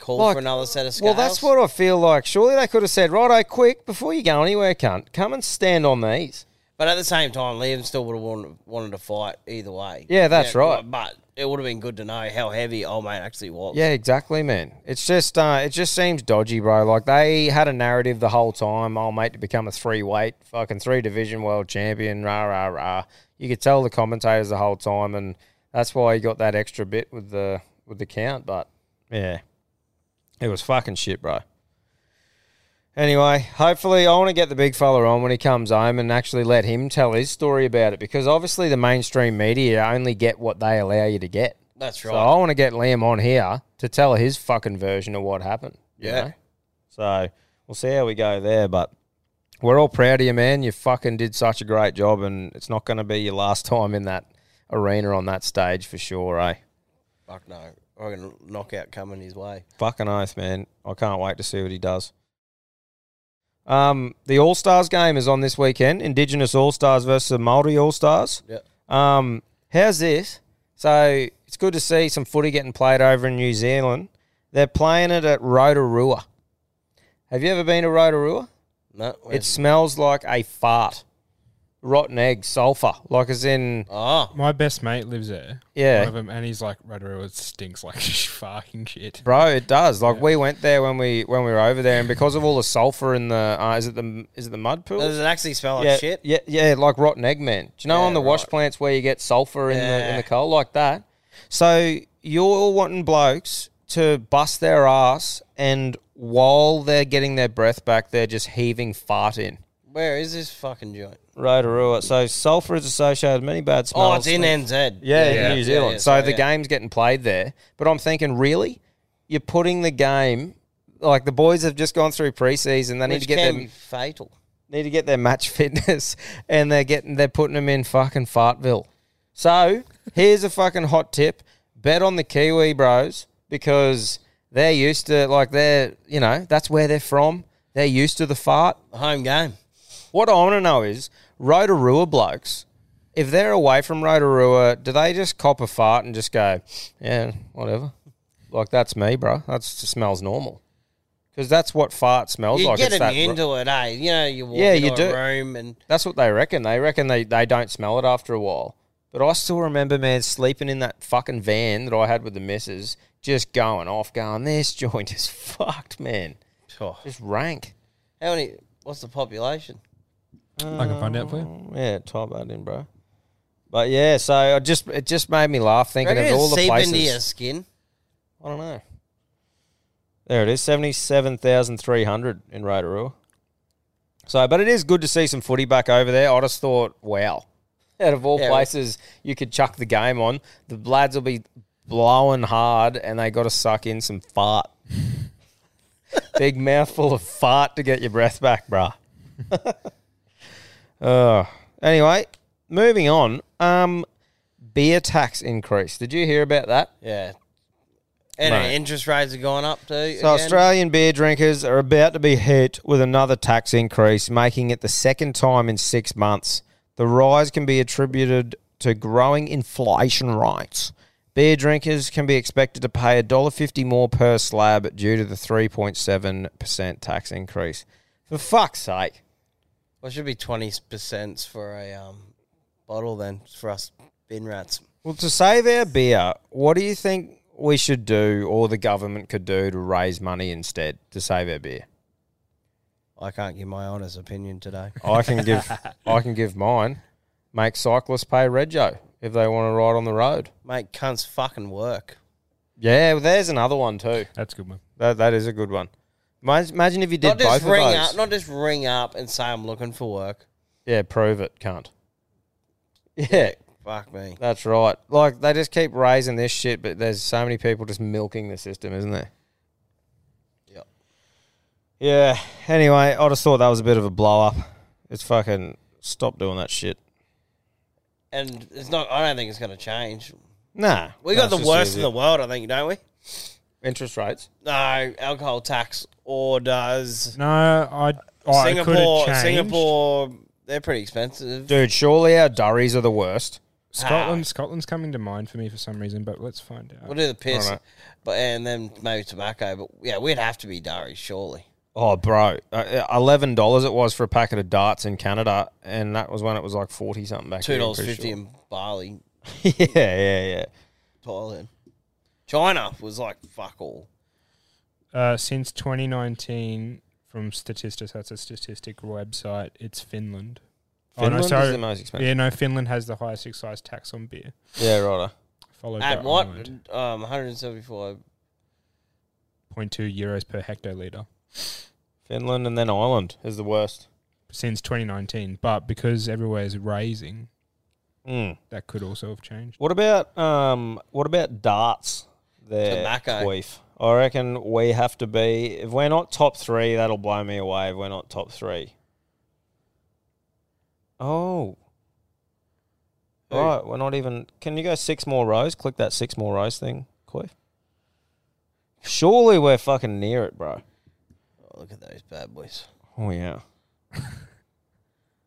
call Like- for another set of scales? Well, that's what I feel like. Surely they could have said, righto, quick, before you go anywhere, cunt, come and stand on these. But at the same time, Liam still would have wanted, wanted to fight either way. Yeah, that's right. But it would have been good to know how heavy old mate actually was. Yeah, exactly, man. It's just uh, it just seems dodgy, bro. Like they had a narrative the whole time, oh mate, to become a three weight, fucking three division world champion, rah rah rah. You could tell the commentators the whole time, and that's why he got that extra bit with the with the count. But yeah, it was fucking shit, bro. Anyway, hopefully, I want to get the big fella on when he comes home and actually let him tell his story about it because obviously the mainstream media only get what they allow you to get. That's So right. I want to get Liam on here to tell his fucking version of what happened. you Yeah. know? So we'll see how we go there, but we're all proud of you, man. You fucking did such a great job, and it's not going to be your last time in that arena on that stage for sure, eh? Fuck no. I reckon knockout coming his way. Fucking oath, man. I can't wait to see what he does. Um, the All Stars game is on this weekend. Indigenous All Stars versus the Maori All Stars. Yep. Um, how's this? So it's good to see some footy getting played over in New Zealand. They're playing it at Rotorua. Have you ever been to Rotorua? No, It smells like a fart, rotten egg, sulfur. Like as in, oh, My best mate lives there. Yeah. One of 'em, and he's like, Rotorua stinks like fucking shit. Bro, it does. Like we went there when we when we were over there, and because of all the sulfur in the uh, is it the is it the mud pool? does it actually smell like yeah, shit? yeah, yeah, like rotten egg man. Do you know Yeah, on the wash right. plants where you get sulfur in the in Yeah. the coal like that? So you're wanting blokes to bust their ass, and while they're getting their breath back, they're just heaving fart in. Where is this fucking joint? Rotorua. So sulfur is associated with many bad smells. Oh, it's in NZ. Yeah, in New Zealand. yeah, so sorry, the yeah. game's getting played there. But I'm thinking, really? You're putting the game like the boys have just gone through preseason. They need Which to get can their be fatal. need to get their match fitness, and they're getting they're putting them in fucking Fartville. So here's a fucking hot tip: bet on the Kiwi Bros because they're used to like they're you know that's where they're from. They're used to the fart. Home game. What I want to know is Rotorua blokes, if they're away from Rotorua, do they just cop a fart and just go, yeah, whatever? Like that's me, bro. That smells normal. Because that's what fart smells You like. get It's that- immune to it, eh? You know, you walk Yeah, into you do. a room and that's what they reckon. They reckon they, they don't smell it after a while. But I still remember, man, sleeping in that fucking van that I had with the missus, just going off, going, this joint is fucked, man. Oh. Just rank. how many? What's the population? I can find out for you. Yeah, type that in, bro. But yeah, so I just it just made me laugh thinking Reckon of all it's the seep places. into your skin. I don't know. There it is, seventy-seven thousand three hundred in Rotorua. So, but it is good to see some footy back over there. I just thought, wow, out of all Yeah. places you could chuck the game on, the lads will be blowing hard, and they got to suck in some fart. Big mouthful of fart to get your breath back, bruh. uh, anyway, moving on. Um, beer tax increase. Did you hear about that? Yeah. And Mate. interest rates have gone up too. So again. Australian beer drinkers are about to be hit with another tax increase, making it the second time in six months. The rise can be attributed to growing inflation rates. Beer drinkers can be expected to pay $1.50 more per slab due to the 3.7% tax increase. For fuck's sake. Well, it should be twenty percent for a um, bottle then for us bin rats. Well, to save our beer, what do you think we should do or the government could do to raise money instead to save our beer? I can't give my honest opinion today. I can give I can give mine. Make cyclists pay rego if they want to ride on the road. Mate, cunts fucking work. Yeah, well, there's another one too. That's a good one. That that is a good one. Ma- Imagine if you did Not both just ring of those. up, not just ring up and say I'm looking for work. yeah, prove it, cunt. yeah, Fuck me. that's right. Like they just keep raising this shit, but there's so many people just milking the system, isn't there? Yep. Yeah. Anyway, I just thought that was a bit of a blow up. It's fucking stop doing that shit. And it's not. I don't think it's going to change. Nah. We got That's the just worst easy. in the world, I think, don't we? interest rates. No, alcohol tax or does No, I. Oh, Singapore, Singapore? it Singapore, Singapore, they're pretty expensive. Dude, surely our durries are the worst. Scotland, Scotland's coming to mind for me for some reason, but let's find out. We'll do the piss, Alright. but and then maybe tobacco. But yeah, we'd have to be dairy, surely. Oh, bro, uh, eleven dollars it was for a packet of darts in Canada, and that was when it was like forty something back. Two here, I'm dollars pretty fifty in Bali, sure. yeah, yeah, yeah. Thailand. China was like fuck all. Uh, since 2019, from Statistics, that's a statistic website, it's Finland. Finland oh, no, is sorry. the most expensive. Yeah, no, Finland has the highest excise tax on beer. Yeah, righto. Followed by At what? Ireland, Um, one hundred and seventy-five. 0.2 euros per hectoliter Finland and then Ireland is the worst. since 2019. But because everywhere is raising, Mm. that could also have changed. What about um? What about darts? There, Tobacco. Queef. I reckon we have to be. If we're not top three, that'll blow me away. If we're not top three. Oh. Right, we're not even. Can you go six more rows? Click that six more rows thing, Queef. Surely we're fucking near it, bro. Oh, look at those bad boys. Oh yeah.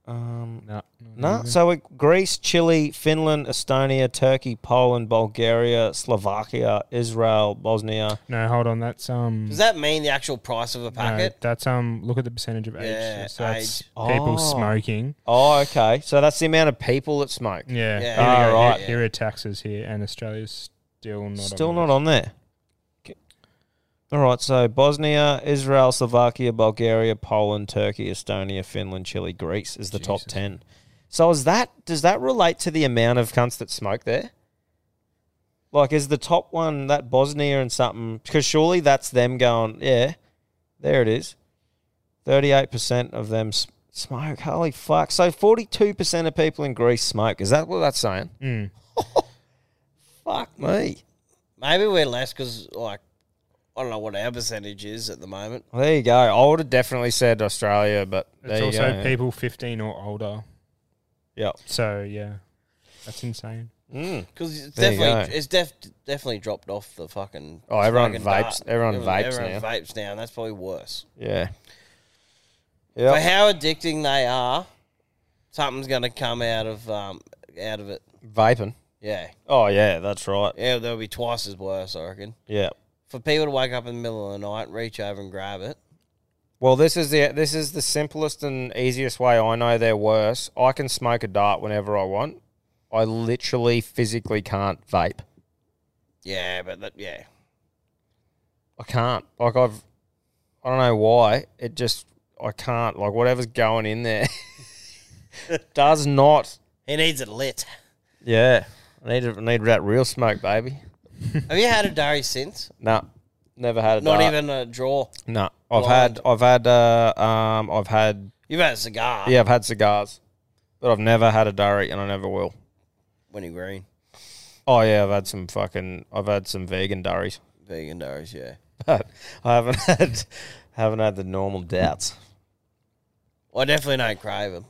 um. No. No, so we Greece, Chile, Finland, Estonia, Turkey, Poland, Bulgaria, Slovakia, Israel, Bosnia. No, hold on. That's um. Does that mean the actual price of a no, packet? that's um. Look at the percentage of age. Yeah, so that's age. people Oh. smoking. Oh, okay. So that's the amount of people that smoke. Yeah. Yeah. Here, we go. Ah, right. here, here are taxes here, and Australia's still not Still on not on there. Okay. All right. So Bosnia, Israel, Slovakia, Bulgaria, Poland, Turkey, Estonia, Finland, Chile, Greece is the top Jesus. ten. So is that does that relate to the amount of cunts that smoke there? Like, is the top one that Bosnia and something? Because surely that's them going. Yeah, there it is. Thirty-eight percent of them s- smoke. Holy fuck! So forty-two percent of people in Greece smoke. Is that what that's saying? Mm. Fuck me. Maybe we're less because like I don't know what our percentage is at the moment. Well, there you go. I would have definitely said Australia, but It's there also you go. people 15 or older. Yeah. So yeah, that's insane. Mm. Because it's There you definitely go. it's def- definitely dropped off the fucking. Oh, everyone fucking vapes- everyone vapes everyone now. vapes now. and That's probably worse. Yeah. But Yeah. how addicting they are, something's going to come out of um out of it. Vaping. Yeah, Oh yeah, that's right. yeah, they'll be twice as worse. I reckon Yeah. for people to wake up in the middle of the night, reach over and grab it. Well, this is the this is the simplest and easiest way I know they're worse. I can smoke a dart whenever I want. I literally physically can't vape. Yeah, but that, yeah, I can't. Like I've I don't know why. It just I can't. Like whatever's going in there does not. he needs it lit. Yeah. I need I need that real smoke, baby. Have you had a dairy since? No. Never had a Not dart. even a draw. No, I've Blind. had, I've had, uh, um, I've had, You've had a cigar. yeah, I've had cigars, but I've never had a diary, and I never will. When you're green, Oh yeah, I've had some fucking, I've had some vegan diaries, vegan dairies. Yeah, but I haven't had, haven't had the normal doubts. I definitely don't crave them.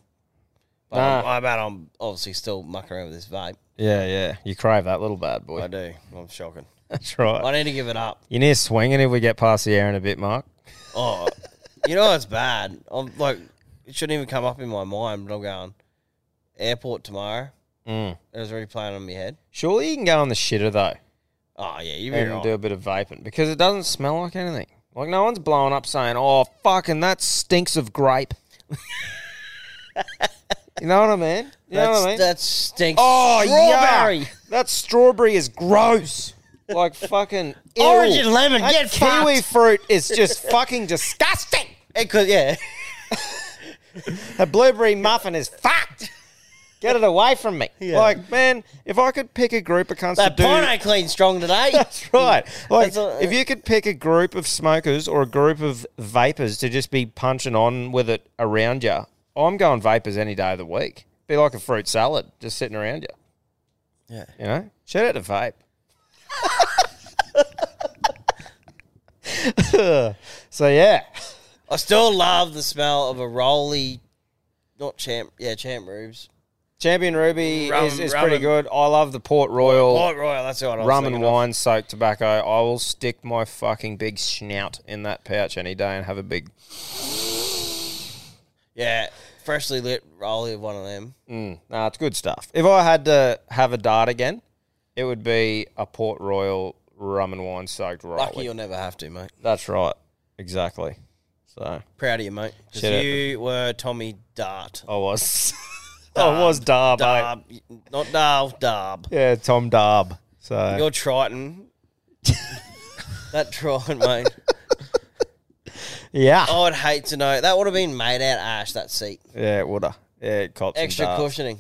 But Nah. I bet I'm obviously still mucking around with this vape. Yeah, yeah, you crave that little bad I boy. do. I'm shocking. That's right. I need to give it up. You're near swinging if we get past the air in a bit, Mark. Oh, you know it's bad. I'm like, it shouldn't even come up in my mind. But I'm going airport tomorrow. Mm. It was already playing on my head. Surely you can go on the shitter though Oh yeah, you've and been do a bit of vaping because it doesn't smell like anything. Like no one's blowing up saying, "Oh fucking that stinks of grape." you know what I mean? You know what I mean? That stinks. Oh, strawberry, yeah. That strawberry is gross. Like fucking ew. orange, and lemon. That Get kiwi fucked. fruit is just fucking disgusting. It could, yeah. A blueberry muffin is fucked. Get it away from me. Like man, if I could pick a group of cunts That to do pint ain't clean strong today. That's right. Hmm. Like, That's a- if you could pick a group of smokers or a group of vapors to just be punching on with it around you, I'm going vapors any day of the week. Be like a fruit salad, just sitting around you. Yeah. You know? Shout out to vape. so, yeah. I still love the smell of a rolly, not champ, yeah, champ rubes. Champion Ruby Rum- is, is rum pretty and- good. I love the Port Royal. Port Royal, Oh, that's what I was rum and thinking of. wine soaked tobacco. I will stick my fucking big snout in that pouch any day and have a big. Yeah, freshly lit roll of one of them. Nah, it's good stuff. If I had to have a dart again, it would be a Port Royal rum and wine soaked roll. Lucky you'll never have to, mate. That's right. Exactly. So Proud of you, mate. 'Cause Shit. Oh, you were Tommy Dart. I was. I was Darb. eh? Darb. Not Darl, Darb. Yeah, Tom Darb. So You're Triton. that Triton, mate. yeah, I would hate to know. That would have been made out ash, that seat. yeah, it woulda. Yeah, it cops and Extra darts. cushioning.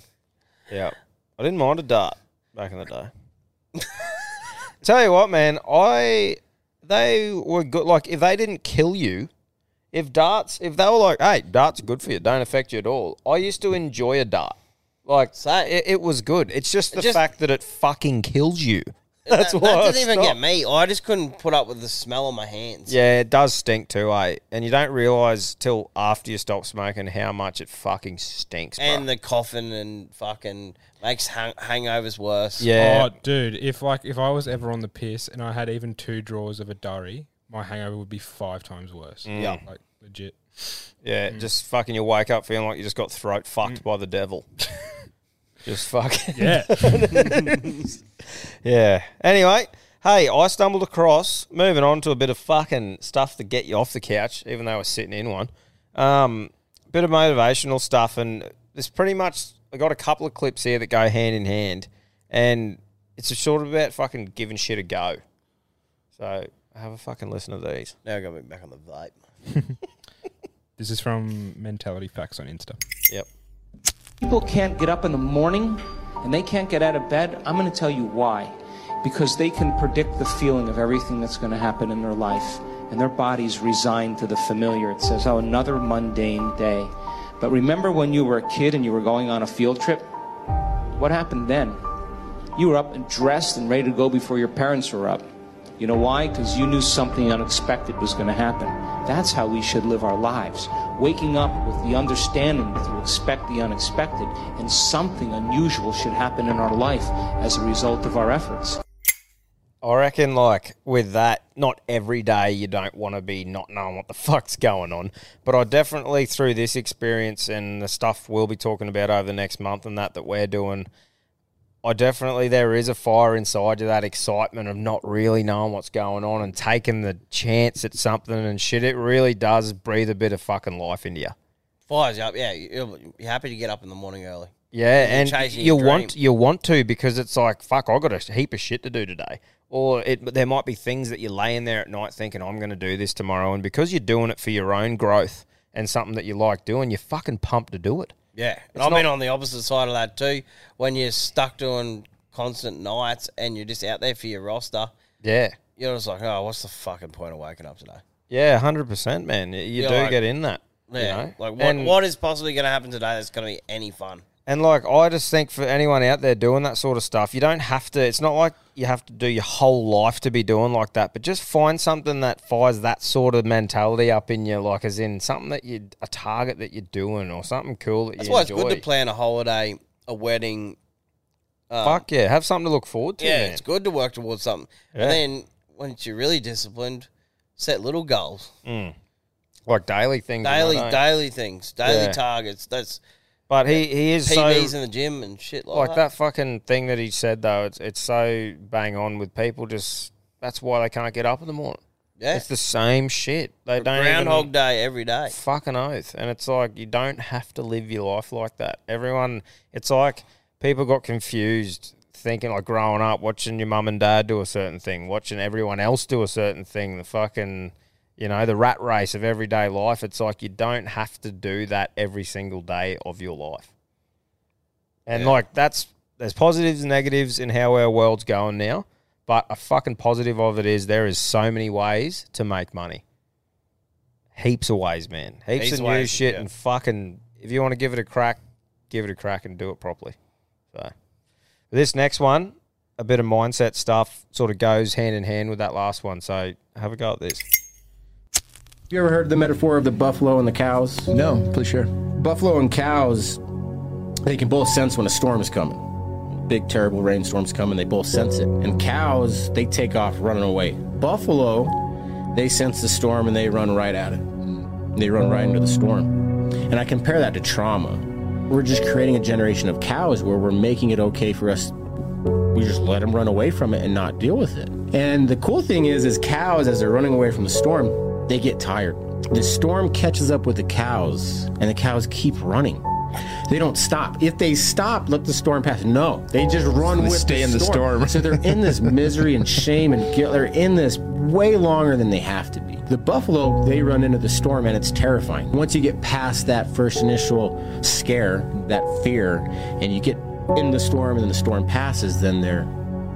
Yeah. I didn't mind a dart back in the day. Tell you what, man, I they were good like if they didn't kill you, if darts if they were like, hey, darts are good for you, don't affect you at all. I used to enjoy a dart. Like Same. it, it was good. It's just the just- fact that it fucking kills you. That's that, why that I didn't even stopped. get me. I just couldn't put up with the smell on my hands. Yeah, it does stink too, eh? And you don't realise till after you stop smoking how much it fucking stinks. bruh. And the coffin and fucking makes hang- hangovers worse. yeah, Oh, dude, if like if I was ever on the piss and I had even two drawers of a durry, my hangover would be five times worse. Yeah, like legit. Yeah, just fucking you wake up feeling like you just got throat fucked by the devil. just fucking Yeah, yeah. Anyway, hey, I stumbled across moving on to a bit of fucking stuff to get you off the couch, even though I was sitting in one. Um, bit of motivational stuff, and it's pretty much I got a couple of clips here that go hand in hand, and it's just sort of about fucking giving shit a go. So have a fucking listen to these. Now I got me back on the vape. this is from Mentality Facts on Insta. Yep. people can't get up in the morning and they can't get out of bed, I'm going to tell you why. Because they can predict the feeling of everything that's going to happen in their life, and their body's resigned to the familiar. It says, oh, another mundane day. But remember when you were a kid and you were going on a field trip? What happened then? You were up and dressed and ready to go before your parents were up. You know why? Because you knew something unexpected was going to happen. That's how we should live our lives. Waking up with the understanding that you expect the unexpected and something unusual should happen in our life as a result of our efforts. I reckon, like, with that, not every day you don't want to be not knowing what the fuck's going on. But I definitely, through this experience and the stuff we'll be talking about over the next month and that that we're doing, I definitely, there is a fire inside you, that excitement of not really knowing what's going on and taking the chance at something and shit. It really does breathe a bit of fucking life into you. Fires you up. Yeah, you're, you're happy to get up in the morning early. Yeah, and chasing you your dream. want you want to because it's like fuck, I got a heap of shit to do today, or it, but there might be things that you lay in there at night thinking I'm going to do this tomorrow, and because you're doing it for your own growth and something that you like doing, you're fucking pumped to do it. Yeah, and I've been on the opposite side of that too. When you're stuck doing constant nights and you're just out there for your roster, Yeah, you're just like, oh, what's the fucking point of waking up today? yeah, hundred percent, man. You, you Yeah, do like- get in that. you Yeah, know? like what, And- what is possibly going to happen today that's going to be any fun? And like I just think for anyone out there doing that sort of stuff, you don't have to it's not like you have to do your whole life to be doing like that, but just find something that fires that sort of mentality up in you, like as in something that you a target that you're doing or something cool that That's you why it's enjoy. Uh, good to plan a holiday, a wedding. Fuck yeah, have something to look forward to. um, Yeah, man. it's good to work towards something. Yeah. And then once you're really disciplined, set little goals, Like daily things. and daily, that, eh? daily things, daily Yeah. targets. That's But he, he is PBs so in the gym and shit like, like that fucking thing that he said though, it's it's so bang on with people just that's why they can't get up in the morning. Yeah, It's the same shit. They don't even- Groundhog Day every day. fucking oath. And it's like you don't have to live your life like that. Everyone, it's like people got confused thinking like growing up, watching your mum and dad do a certain thing, watching everyone else do a certain thing. The fucking, you know, the rat race of everyday life. It's like you don't have to do that every single day of your life. And like that's there's positives and negatives in how our world's going now. But a fucking positive of it is there is so many ways to make money. Heaps of ways, man. Heaps, Heaps of of new ways, shit yeah. and fucking if you want to give it a crack, give it a crack and do it properly. So this next one, a bit of mindset stuff sort of goes hand in hand with that last one. So have a go at this. Have you ever heard the metaphor of the buffalo and the cows? No, please share. Buffalo and cows They can both sense when a storm is coming. Big, terrible rainstorm's coming, they both sense it. And cows, they take off running away. Buffalo, they sense the storm and they run right at it. They run right into the storm. And I compare that to trauma. We're just creating a generation of cows where we're making it okay for us we just let them run away from it and not deal with it. And the cool thing is, is cows, as they're running away from the storm, they get tired. The storm catches up with the cows, and the cows keep running. They don't stop. If they stop, let the storm pass. No, they just They run with stay the in the storm. so they're in this misery and shame and guilt. They're in this way longer than they have to be. The buffalo, they run into the storm and it's terrifying. Once you get past that first initial scare, that fear, and you get in the storm and then the storm passes, then they're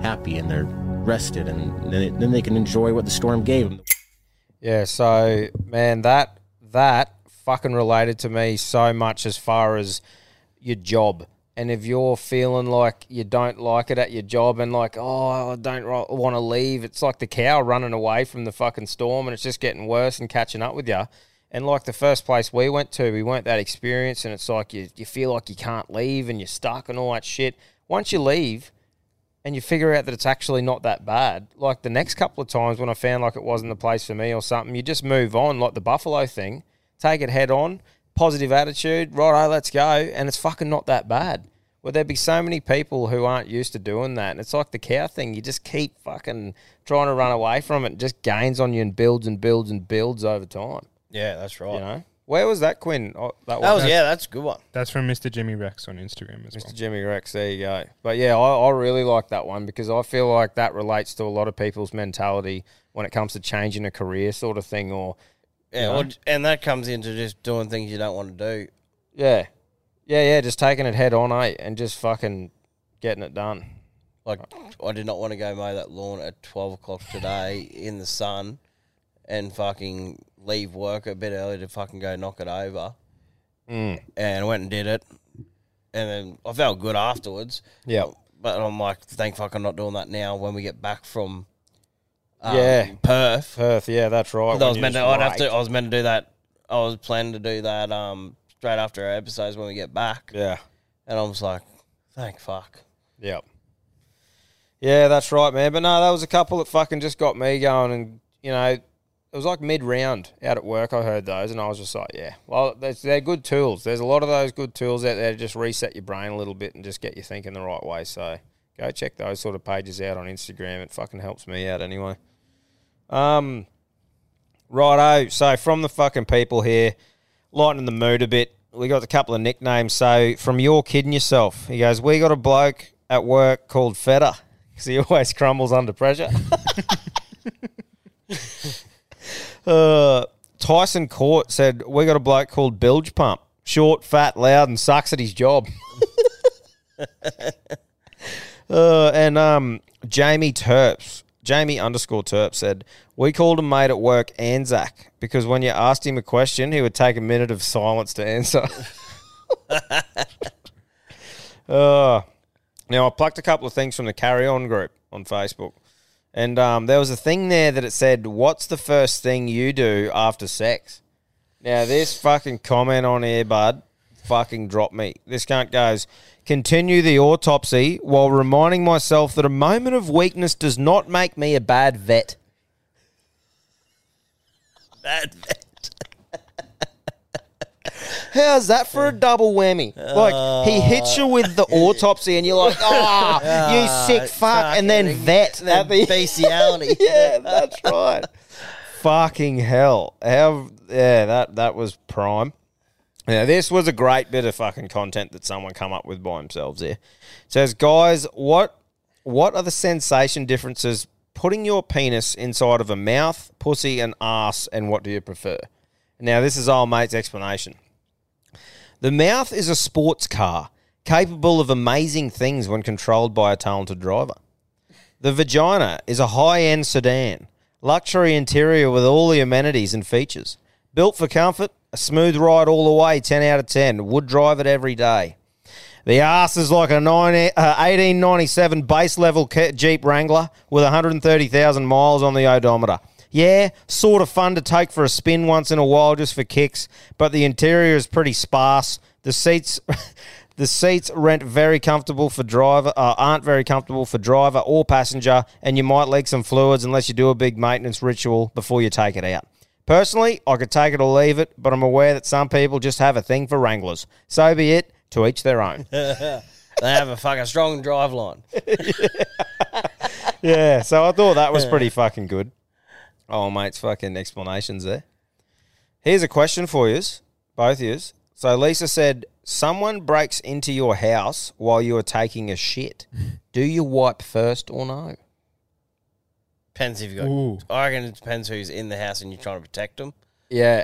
happy and they're rested and then they, then they can enjoy what the storm gave them. Yeah, so man, that that fucking related to me so much as far as your job. And if you're feeling like you don't like it at your job and like, oh, I don't want to leave, it's like the cow running away from the fucking storm and it's just getting worse and catching up with you. And like the first place we went to, we weren't that experienced and it's like you, you feel like you can't leave and you're stuck and all that shit. Once you leave, and you figure out that it's actually not that bad. Like the next couple of times when I found like it wasn't the place for me or something, you just move on, like the Buffalo thing, take it head on, positive attitude, righto, let's go, and it's fucking not that bad. Well, there'd be so many people who aren't used to doing that, and it's like the cow thing. You just keep fucking trying to run away from it, and just gains on you and builds and builds and builds over time. Yeah, that's right. You know, where was that, Quinn? Oh, that, That was- yeah, that's a good one. That's from Mr. Jimmy Rex on Instagram as well. Mr. Jimmy Rex, there you go. But yeah, I, I really like that one because I feel like that relates to a lot of people's mentality when it comes to changing a career sort of thing or Yeah, you know. well, and that comes into just doing things you don't want to do. Yeah. Yeah, yeah, just taking it head on, eh? And just fucking getting it done. Like I did not want to go mow that lawn at twelve o'clock today in the sun, and fucking leave work a bit early to fucking go knock it over. Mm. And I went and did it, and then I felt good afterwards. Yeah. but I'm like, thank fuck, I'm not doing that now. When we get back from, yeah. Um, Perth. Perth, yeah, that's right. I when was you meant to, just I'd have wait. to. I was meant to do that. I was planning to do that um straight after our episodes when we get back. Yeah, and I was like, thank fuck. Yep. Yeah, that's right, man. But no, that was a couple that fucking just got me going, and you know, it was like mid round out at work. I heard those, and I was just like, yeah, well, that's, they're good tools. There's a lot of those good tools out there to just reset your brain a little bit and just get you thinking the right way. So go check those sort of pages out on Instagram. It fucking helps me out anyway. Um, righto. So from the fucking people here, lightening the mood a bit. We got a couple of nicknames. So from your kidding yourself, he goes, "We got a bloke at work called Feta because he always crumbles under pressure." uh, Tyson Court said, "We got a bloke called Bilge Pump, short, fat, loud, and sucks at his job." Uh, and um, Jamie Terps, Jamie underscore Terps said, We called him mate at work Anzac because when you asked him a question, he would take a minute of silence to answer. uh, now, I plucked a couple of things from the Carry On group on Facebook. And um, there was a thing there that it said, What's the first thing you do after sex? Now, this fucking comment on here, bud, fucking dropped me. This cunt goes, continue the autopsy while reminding myself that a moment of weakness does not make me a bad vet. Bad vet. How's that for a double whammy? Like, he hits you with the autopsy and you're like, ah, Uh, Ah, you sick fuck, and then vet. at the- bestiality. yeah, that's right. Fucking hell. How yeah, that that was prime. Yeah, this was a great bit of fucking content that someone come up with by themselves here. It says, guys, what what are the sensation differences putting your penis inside of a mouth, pussy, and ass, and what do you prefer? Now this is our mate's explanation. The mouth is a sports car, capable of amazing things when controlled by a talented driver. The vagina is a high end sedan, luxury interior with all the amenities and features. Built for comfort, a smooth ride all the way, 10 out of 10. Would drive it every day. The ass is like a 90, uh, 1897 base level ca- Jeep Wrangler with 130,000 miles on the odometer. Yeah, sort of fun to take for a spin once in a while just for kicks, but the interior is pretty sparse. The seats The seats rent very comfortable for driver uh, aren't very comfortable for driver or passenger, and you might leak some fluids unless you do a big maintenance ritual before you take it out. Personally, I could take it or leave it, but I'm aware that some people just have a thing for Wranglers. So be it. To each their own. they have a fucking strong drive line. yeah, so I thought that was pretty fucking good. Oh, mate's fucking explanations there. Here's a question for yous, both yous. So Lisa said, "Someone breaks into your house while you are taking a shit. Do you wipe first or no?" Depends if you got. Ooh. I reckon it depends who's in the house and you're trying to protect them. Yeah,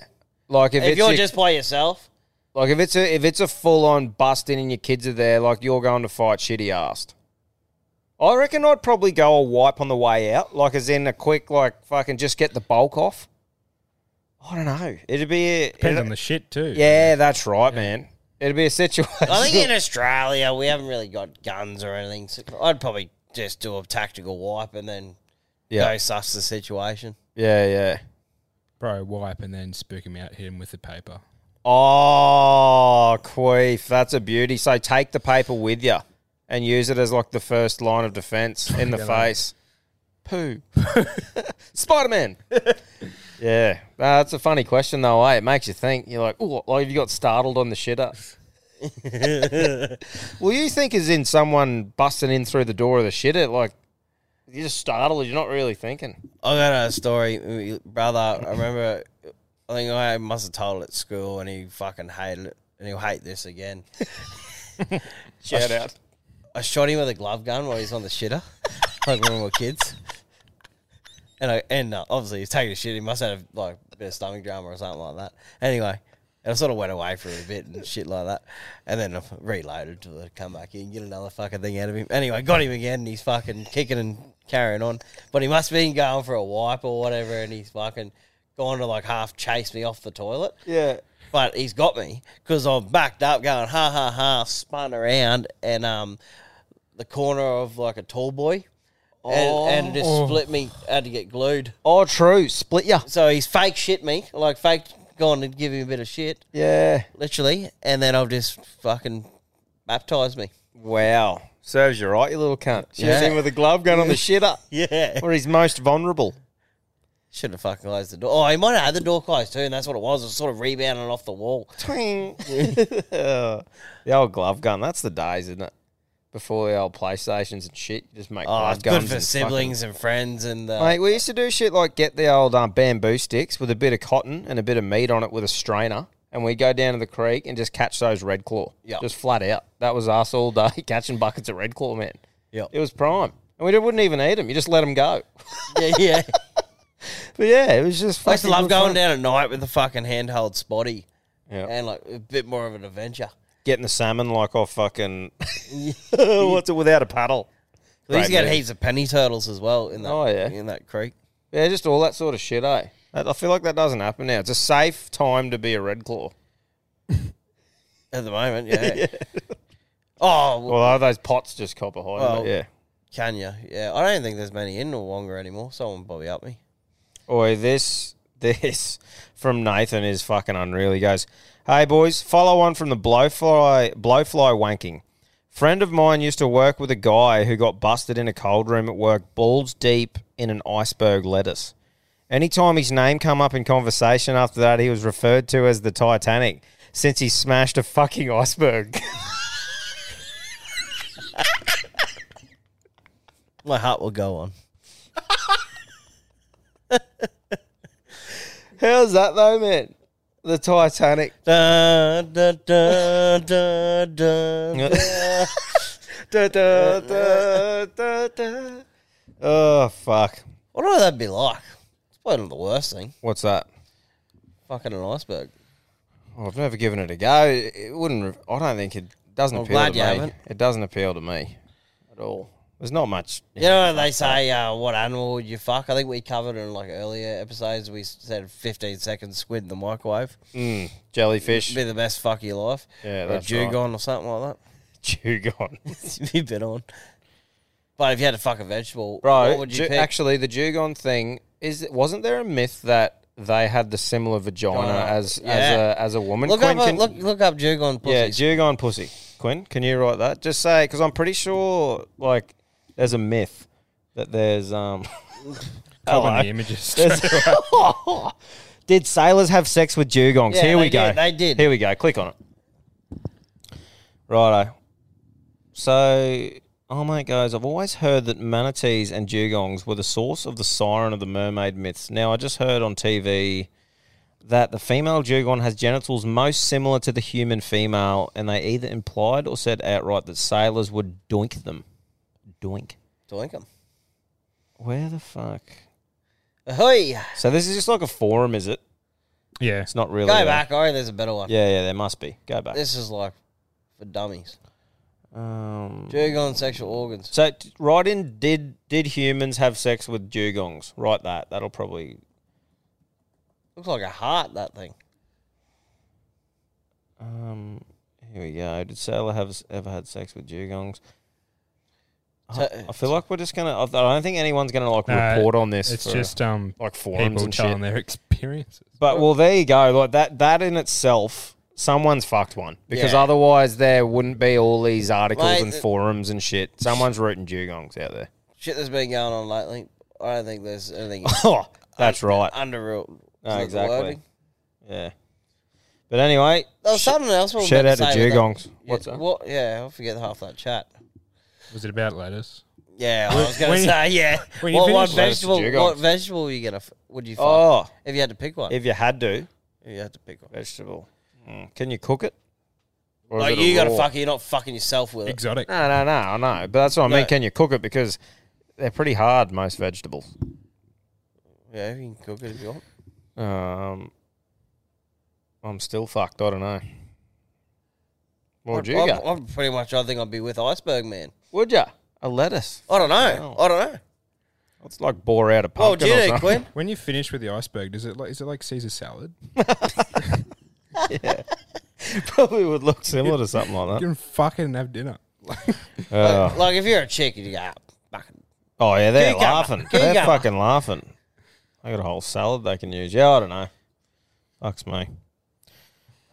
like if, If it's you're your- just By yourself. like if it's a if it's a full on bust in and your kids are there, like you're going to fight shitty assed. I reckon I'd probably go a wipe on the way out, like as in a quick like fucking just get the bulk off. I don't know. It'd be a, Depends it'd- on the shit too. Yeah, that's right, man. It'd be a situation. I think in Australia we haven't really got guns or anything. So I'd probably just do a tactical wipe and then Yeah. go suss the situation. Yeah, yeah. Bro, wipe and then spook him out, hit him with the paper. Oh, queef. That's a beauty. So take the paper with you and use it as like the first line of defense in the Yeah, mate. face. Poo. Spider Man. yeah. Nah, that's a funny question, though, eh? It makes you think. You're like, oh, like you got startled on the shitter. well, you think is in someone busting in through the door of the shitter. Like, you're just startled. You're not really thinking. I got a story, brother. I remember, I think I must have told it at school, and he fucking hated it, and he'll hate this again. Shout I sh- out. I shot him with a glove gun while he's on the shitter, like when we were kids. And I and uh, obviously he's taking a shit. He must have like a bit of stomach drama or something like that. Anyway, and I sort of went away for a bit and shit like that. And then I reloaded to the come back in, get another fucking thing out of him. Anyway, got him again, and he's fucking kicking and carrying on. But he must have been going for a wipe or whatever, and he's fucking gone to like half chase me off the toilet. Yeah. But he's got me because I'm backed up, going ha ha ha, spun around, and um, the corner of like a tall boy, and, and just Oh. split me. Had to get glued. Oh, true. Split ya. So he's fake shit me, like fake gone and give him a bit of shit. Yeah. literally, and then I'll just fucking baptize me. Wow. Serves you right, you little cunt. Shoots Yeah. him with a glove gun on the shitter. Yeah. Where he's most vulnerable. Should have fucking closed the door. Oh, he might have had the door closed too, and that's what it was. It was sort of rebounding off the wall. Twing. the old glove gun, that's the days, isn't it? Before the old PlayStations and shit, you just make Oh, glove it's guns. good for and siblings and friends and uh, fucking- Mate, we used to do shit like get the old um, bamboo sticks with a bit of cotton and a bit of meat on it with a strainer, and we go down to the creek and just catch those red claw. Yeah. Just flat out. That was us all day catching buckets of red claw, man. Yeah. It was prime. And we wouldn't even eat them. You just let them go. yeah, yeah. But yeah, it was just. I used to fucking love good going fun. down at night with a fucking handheld spotty, Yeah. and like a bit more of an adventure. Getting the salmon like off fucking. What's it without a paddle? We used to Great get move. heaps of penny turtles as well in that Oh, yeah. in that creek. Yeah, just all that sort of shit, eh? That- I feel like that doesn't happen now. It's a safe time to be a red claw. At the moment, yeah. Oh well, Although those pots just copper high. well, yeah. Can you? Yeah, I don't think there's many in Wonga anymore. Someone probably up me. Oi, this this from Nathan is fucking unreal. He goes, "Hey boys, follow on from the blowfly blowfly wanking. Friend of mine used to work with a guy who got busted in a cold room at work, balls deep in an iceberg lettuce. Anytime his name come up in conversation after that, he was referred to as the Titanic since he smashed a fucking iceberg." My heart will go on. How's that though, man? The Titanic. Da, da, da, da, da, da. Da, da, da, da, da. Oh fuck! What would that be like? It's probably not the worst thing. What's that? Fucking an iceberg. Well, I've never given it a go. It it wouldn't. re- I don't think it doesn't I'm appeal glad to you me. haven't. It doesn't appeal to me at all. There's not much. You know what they say, uh, what animal would you fuck? I think we covered in like earlier episodes, we said 15 seconds squid in the microwave. Mm, jellyfish, Be the best fuck of your life. Yeah, Or that's right. dugong or something like dugong, that. You've been on. But if you had to fuck a vegetable, bro. what would you ju- pick? actually, the dugong thing is. Wasn't there a myth that they had the similar vagina Vagina. as as Yeah. a as a woman? look, Quinn up, a- can- look, look up dugong yeah, pussies. dugong pussy. Quinn. Can you write that? Just say because I'm pretty sure like there's a myth that there's um. Cop on Hello. the images There's- straight did sailors have sex with dugongs? Yeah, Here we they go. did, they did. Here we go. Click on it. Righto. So, oh my guys, I've always heard that manatees and dugongs were the source of the siren of the mermaid myths. Now, I just heard on TV that the female dugong has genitals most similar to the human female, and they either implied or said outright that sailors would doink them. Doink. Doink them. Where the fuck? Ahoy. So this is just like a forum, is it? Yeah. It's not really. Go a- back. I reckon there's a better one. Yeah, yeah, there must be. Go back. This is like for dummies. Um, Dugon sexual organs. So t- write in did did humans have sex with dugongs? Write that. That'll probably Looks like a heart, that thing. um here we go. Did sailor have s- ever had sex with dugongs? I- So- I feel like we're just gonna. I don't think anyone's gonna like No, report on this. Uh, It's for, just um like forums people and shit. telling their experiences. But well, there you go. Like that. That in itself, someone's fucked one because Yeah. otherwise there wouldn't be all these articles Mate, and it- forums and shit. Someone's rooting dugongs out there. Shit that's been going on lately. I don't think there's anything. Oh, that's right. Under real. No, is that the Ah, exactly. wording? Yeah. But anyway, There was something else. we were shout about out to say, but that- Dugongs. yeah, What's that? What? Yeah, I forget half that chat. Was it about lettuce? Yeah, I was going When to you- say yeah. when you What, what finish- Lettuce vegetable? Dugongs. What vegetable you gonna? f- Would you? Find Oh. if you had to pick one. If you had to, you had to pick one vegetable. Mm. Can you cook it? Or is like it a you gotta raw? fuck it. You're not fucking yourself with it. No, no, no, I know. But that's what I mean. No. Can you cook it? Because they're pretty hard, most vegetables. Yeah, you can cook it if you want. Um, I'm still fucked. I don't know. What would I'd- you I'm, go? I'm pretty much. I think I'd be with Iceberg Man. Would ya? A lettuce. I don't know. I don't know. Oh, It's like bore out a pumpkin. or something. When you finish with the iceberg, does it like is it like Caesar salad? yeah. Probably would look similar to something like You can fucking have dinner. that. Uh, Like if you're a chick, you go "Ah, fucking. oh yeah, they're Cucumber. laughing. They're Cucumber. fucking laughing. I got a whole salad they can use. Yeah, I don't know. Fucks me.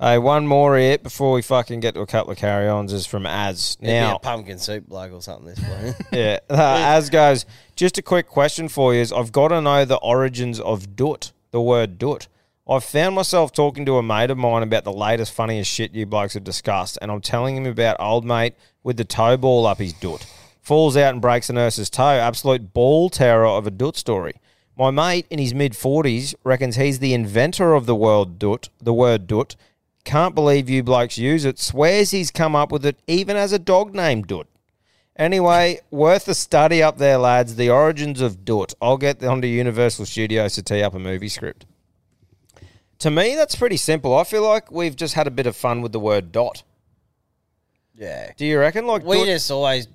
Hey, one more it before we fucking get to a couple of carry-ons is from Az. He'd be a Now, pumpkin soup bloke or something. This bloke. yeah, uh, Az goes. Just a quick question for you is: I've got to know the origins of "dut," the word "dut." I've found myself talking to a mate of mine about the latest funniest shit you blokes have discussed, and I'm telling him about old mate with the toe ball up his dut. Falls out and breaks a nurse's toe. Absolute ball terror of a dut story. My mate in his mid 40s reckons he's the inventor of the world dut, the word dut. Can't believe you blokes use it. Swears he's come up with it even as a dog named dut. Anyway, worth a study up there, lads. The origins of Dut. I'll get onto Universal Studios to tee up a movie script. To me, that's pretty simple. I feel like we've just had a bit of fun with the word dot. Yeah. Do you reckon? Like We dut- just always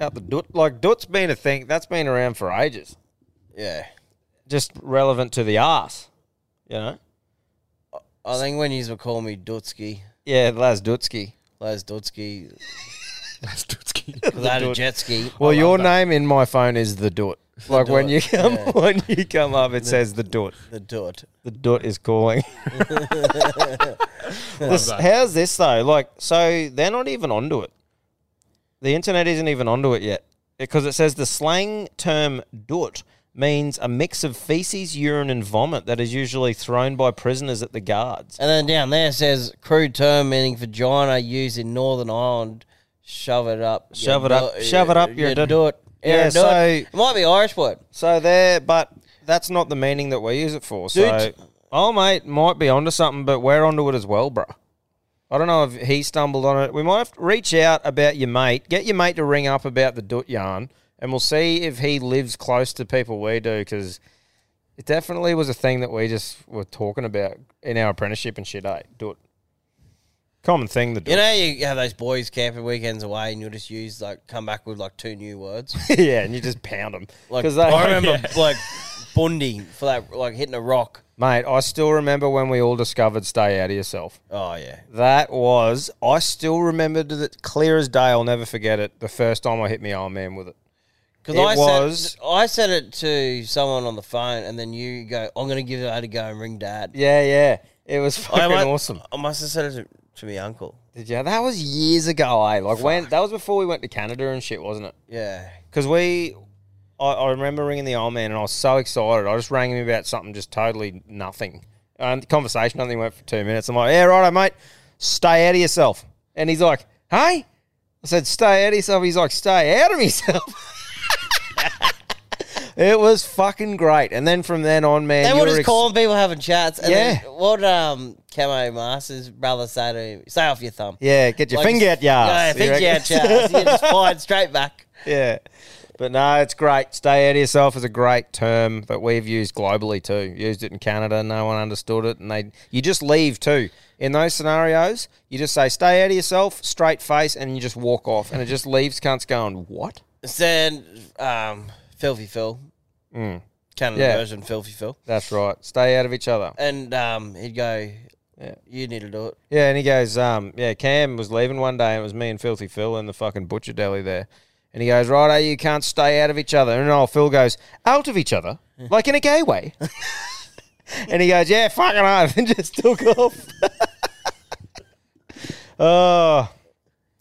out the dut. Like dut's been a thing that's been around for ages. Yeah. Just relevant to the arse, you know. I think when you were calling me Dutsky, Yeah, Laz Dutsky. Laz Dutsky. Laz Dutsky. Lad Dut. jet ski. Well, your name in my phone is the dut. Like when you Dut, come yeah. when you come up, it says the dut. The Dut. The dut is calling. This- that. how's this though? Like, so they're not even onto it. The internet isn't even onto it yet because it says the slang term "dut" means a mix of feces, urine, and vomit that is usually thrown by prisoners at the guards. And then down there says crude term meaning vagina used in Northern Ireland. Shove it up. your Shove it up. dut- Shove it up your your dut. Dut. Yeah, Your so- Dut. It might be Irish word. So there, but that's not the meaning that we use it for. So, Dude. oh mate, might be onto something, but we're onto it as well, bro. I don't know if he stumbled on it. We might have to reach out about your mate. Get your mate to ring up about the Dut yarn, and we'll see if he lives close to people we do, because it definitely was a thing that we just were talking about in our apprenticeship and shit, eh? Dut. Common thing, the Dut. You know, you have those boys camping weekends away, and you'll just use like come back with like two new words. yeah, and you just pound them. Like 'Cause they- I remember Yeah. like Bundy for that, like hitting a rock. Mate, I still remember when we all discovered Stay Out of Yourself. Oh yeah, That was, I still remember that clear as day. I'll never forget it. The first time I hit my old man with it. Because it I was, said I said it to someone on the phone, and then you go, "I'm going to give that a go and ring dad." yeah, yeah. It was fucking I mu- awesome. I must have said it to to my uncle. Did you? That was years ago, eh? Like when that was before we went to Canada and shit, wasn't it? Yeah. Because we, I, I remember ringing the old man and I was so excited. I just rang him about something just totally nothing. And the conversation only went for two minutes. I'm like, yeah, righto, mate. Stay out of yourself. And he's like, hey? I said, stay out of yourself. He's like, stay out of yourself. it was fucking great. And then from then on, man, They you were were just ex- calling people having chats. And Yeah. Then, what did, um, Camo Masters' brother say to him? Say off your thumb. Yeah, get your finger out your Yeah, ass. finger out You your ass. reckon? You just fired straight back. yeah. But no, it's great. Stay out of yourself is a great term that we've used globally too. Used it in Canada, no one understood it, and they you just leave too. In those scenarios, you just say stay out of yourself, straight face, and you just walk off, and it just leaves cunts going what? Then, um, Filthy Phil. Mm. Canada Yeah. version, Filthy Phil. That's right. Stay out of each other. And um, he'd go, You need to do it. Yeah, and he goes, um, yeah, Cam was leaving one day, and it was me and Filthy Phil in the fucking butcher deli there. And he goes, righto, you can't stay out of each other. And old Phil goes, out of each other? Like in a gay way? and he goes, yeah, fucking off, and just took off. Oh.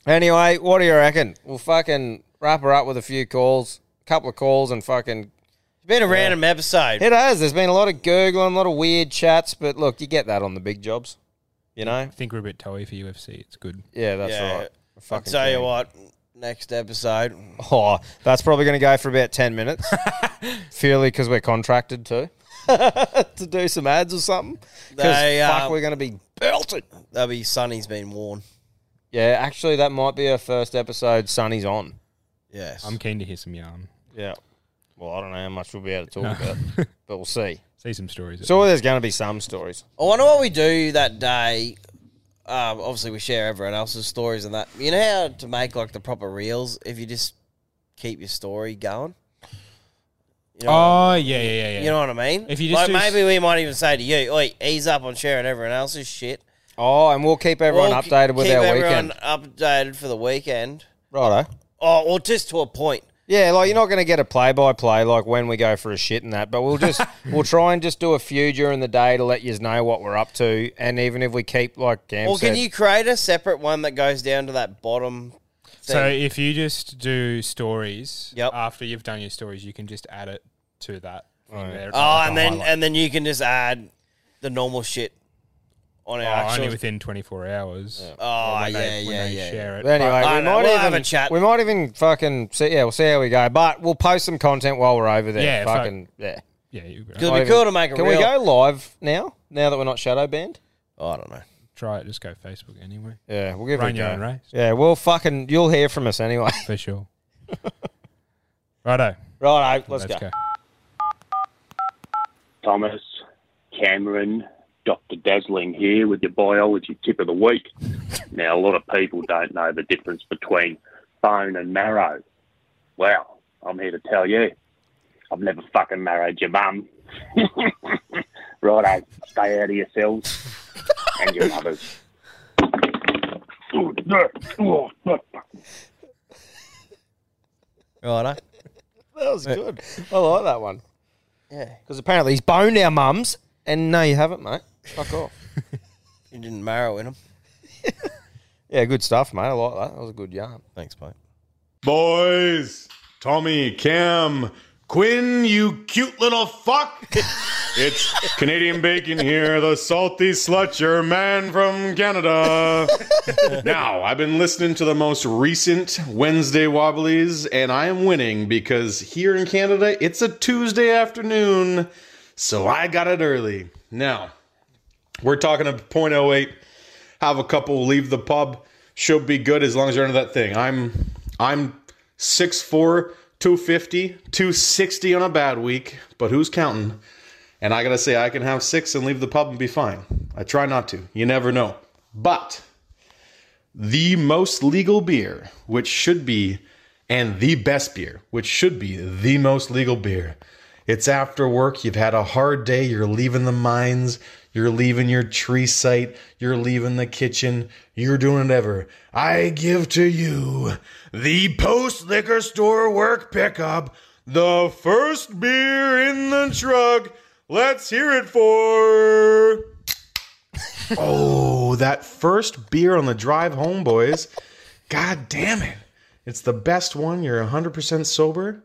anyway, what do you reckon? We'll fucking wrap her up with a few calls, couple of calls, and fucking... It's been a random episode. It has. There's been a lot of gurgling, a lot of weird chats, but look, you get that on the big jobs, you know? I think we're a bit toey for UFC. It's good. Yeah, that's right. I I'll fucking tell you kidding. what, next episode. Oh, that's probably going to go for about 10 minutes. Purely because we're contracted to. to do some ads or something. 'Cause They, fuck, uh, we're going to be belted. That'll be Sonny's been warned. Yeah, actually, that might be our first episode. Sonny's on. Yes. I'm keen to hear some yarn. Yeah. Well, I don't know how much we'll be able to talk No. about, but we'll see. See some stories. So there's going to be some stories. I wonder what we do that day. Um, obviously, we share everyone else's stories and that. You know how to make like the proper reels if you just keep your story going. You know what oh I- yeah, yeah, yeah, yeah. You know what I mean? If you just like, do s- maybe we might even say to you, "Oi, ease up on sharing everyone else's shit." Oh, and we'll keep everyone We'll updated with keep our everyone weekend. Updated for the weekend. Righto. Oh, or just to a point. Yeah, like you're not going to get a play by play like when we go for a shit and that, but we'll just we'll try and just do a few during the day to let you know what we're up to, and even if we keep like Cam Or can said- you create a separate one that goes down to that bottom? So thing? if you just do stories, after you've done your stories, you can just add it to that. thing there, Oh, uh, like a and then highlight. and then you can just add the normal shit on Oh, our only actual. within 24 hours. uh, Oh, When yeah, when yeah, they yeah. Share it. But anyway, But- we might we'll even have a chat. We might even fucking see, yeah, we'll see how we go. But we'll post some content while we're over there. Yeah, fuck. fucking yeah. Yeah, you- Might It'd be even- cool to make a Can reel. we go live now? Now that we're not shadow banned. I don't know. Try it. Just go Facebook anyway. Yeah, we'll give Run it a your go. own race. Yeah, we'll fucking you'll hear from us anyway. For sure. Righto. Righto, let's, go. Thomas, Cameron, Dr. Dazzling here with your biology tip of the week. now, a lot of people don't know the difference between bone and marrow. Well, I'm here to tell you. I've never fucking married your mum. Righto, stay out of yourselves and your mothers. Oh, Righto. That was good. I like that one. Yeah. Because apparently he's boned our mums, and no, you haven't, mate. Fuck off. You didn't marrow in them. Yeah, good stuff, mate. I like that. That was a good yarn. Thanks, mate. Boys, Tommy, Cam, Quinn, you cute little fuck. it's Canadian Bacon here, the salty slutcher man from Canada. now, I've been listening to the most recent Wednesday Wobblies, and I am winning because here in Canada, it's a Tuesday afternoon, so I got it early. Now, we're talking a .08. Have a couple leave the pub. Should be good as long as you're under that thing. I'm I'm 6'4", 250, 260 on a bad week, but who's counting? And I gotta say, I can have six and leave the pub and be fine. I try not to. You never know. But the most legal beer, which should be, and the best beer, which should be the most legal beer. It's after work, you've had a hard day, you're leaving the mines, you're leaving your tree site, you're leaving the kitchen, you're doing whatever. I give to you the post liquor store work pickup, the first beer in the truck. Let's hear it for. oh, that first beer on the drive home, boys. God damn it. It's the best one. You're 100% sober.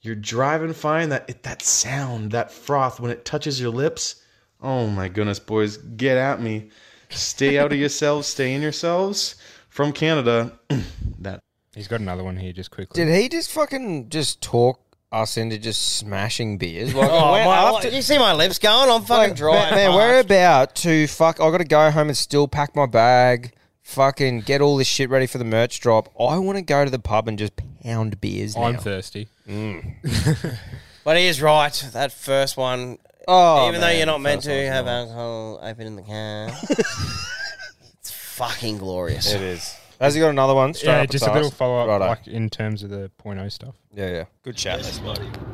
You're driving fine. That it, that sound, that froth when it touches your lips. Oh my goodness, boys, get at me. Stay out of yourselves. Stay in yourselves. From Canada, that he's got another one here just quickly. Did he just fucking just talk us into just smashing beers? Like, Oh, we're my, after- you see my lips going? I'm fucking dry. man, man, as we're about to fuck. I got to go home and still pack my bag. Fucking get all this shit ready for the merch drop. I want to go to the pub and just pound beers. I'm now. thirsty. But he is right. That first one, Oh, even though man, you're not meant first one's to have nice. alcohol open in the car, it's fucking glorious. It is. Has he got another one? Straight yeah, up Uh, just his a little arse? follow up, Righto. like in terms of the point O stuff. Yeah, yeah. Good chat.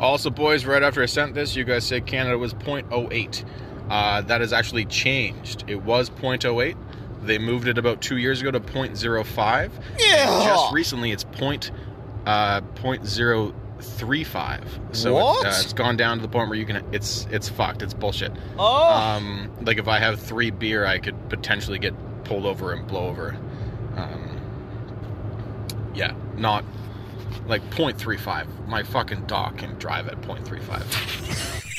Also, boys, right after I sent this, you guys said Canada was 0.08. Uh, that has actually changed. It was 0.08. They moved it about two years ago to 0.05. Yeah. just recently, it's point, uh, 0.035. So it, What? uh, it's gone down to the point where you can. It's it's fucked. It's bullshit. Oh. Um, like if I have three beer, I could potentially get pulled over and blow over. Um, yeah, not like 0.35. My fucking dog can drive at 0.35.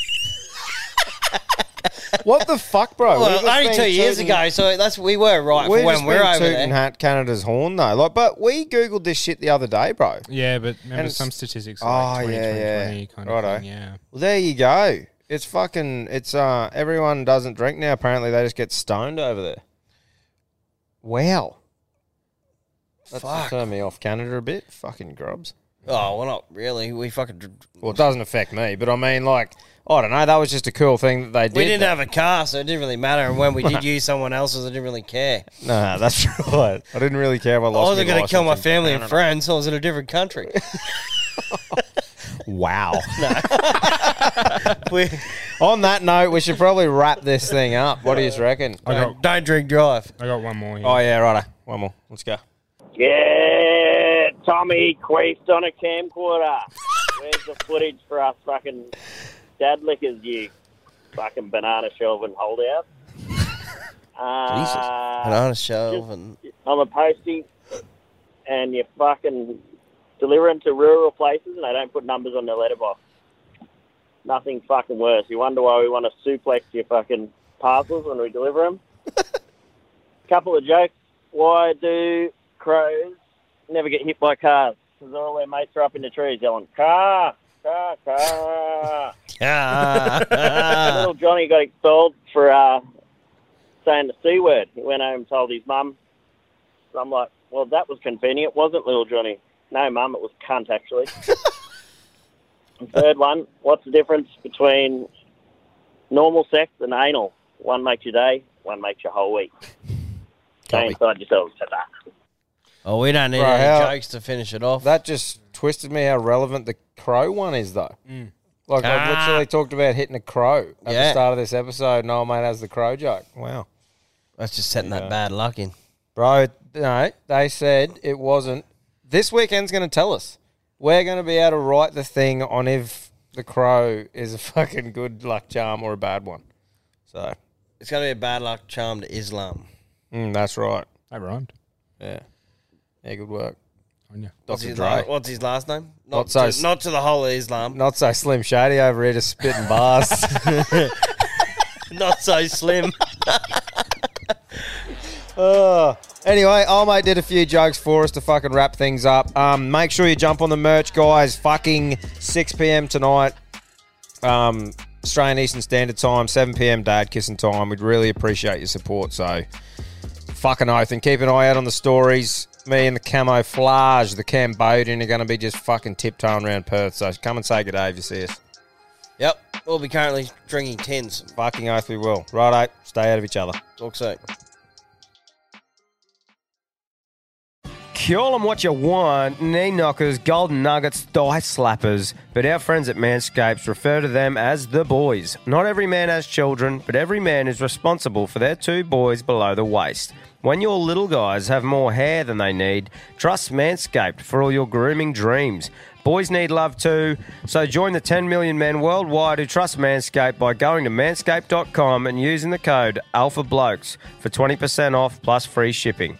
What the fuck, bro? We've Well, just only been two years tooting- ago, so that's we were right We've for when just we're been over tooting there. Ha- Canada's horn though. Like, but we googled this shit the other day, bro. Yeah, but remember And it's- some statistics are like 20, 20, 20 kind of Righto. thing, yeah. Well, there you go. It's fucking. It's uh. Everyone doesn't drink now. Apparently, they just get stoned over there. Wow. That's Fuck. turned me off Canada a bit. Fucking grubs. Oh, well, not really. We fucking dr- Well, it doesn't affect me, but I mean, like, I don't know. That was just a cool thing that they did. we didn't though. have a car, so it didn't really matter. And when we did use someone else's, I didn't really care. No, that's Oh, right. I didn't really care if I I lost. wasn't going going to kill my family and friends. I was in a different country. Wow. On that note, we should probably wrap this thing up. What do you reckon? I got- don't drink drive. I got one more. Here. Oh yeah, righto. One more. Let's go. Yeah, Tommy queefed on a camcorder. Where's the footage for us fucking dad lickers, you fucking banana shelf and holdout? Uh, Jesus. Banana shelf and I'm a postie, and you're fucking delivering to rural places, and they don't put numbers on their letterbox. Nothing fucking worse. You wonder why we want to suplex your fucking parcels when we deliver them. Couple of jokes. Why do crows never get hit by cars? Because all their mates are up in the trees yelling, car, car, car. uh, Little Johnny got expelled for uh, saying the C word. He went home and told his mum. And I'm like, well, that was convenient, wasn't little Johnny? No, mum, it was cunt, actually. and third one, what's the difference between normal sex and anal? One makes your day, one makes your whole week. Stay inside yourselves today. Oh, we don't need Bro, any how- jokes to finish it off. That just twisted me how relevant the crow one is, though. Like I Ah. literally talked about hitting a crow at the Yeah. start of this episode. No mate has the crow joke. Wow. That's just setting that bad luck in. Bro, no, they said it wasn't. This weekend's going to tell us. We're going to be able to write the thing on if the crow is a fucking good luck charm or a bad one. So, It's going to be a bad luck charm to Islam. mm, that's right. That rhymed. Yeah. Yeah, good work. On you. What's Dr. his, Dre. la- what's his last name? Not, Not so to, not to the whole Islam. Not so slim shady over here just spitting bars. Not so slim. Uh, anyway, old mate did a few jokes for us to fucking wrap things up. Um, make sure you jump on the merch, guys. Fucking 6 p.m. tonight. Um, Australian Eastern Standard Time, 7 p.m. Dad Kissing Time. We'd really appreciate your support. So, fucking oath. And keep an eye out on the stories. Me and the camouflage, the Cambodian, are going to be just fucking tiptoeing around Perth. So, come and say good day if you see us. Yep. We'll be currently drinking tins. Fucking oath we will. Righto. Stay out of each other. Talk soon. Call them what you want, knee knockers, golden nuggets, thigh slappers, but our friends at Manscapes refer to them as the boys. Not every man has children, but every man is responsible for their two boys below the waist. When your little guys have more hair than they need, trust Manscaped for all your grooming dreams. Boys need love too, so join the 10 million men worldwide who trust Manscaped by going to manscaped.com and using the code ALPHABLOKES for 20% off plus free shipping.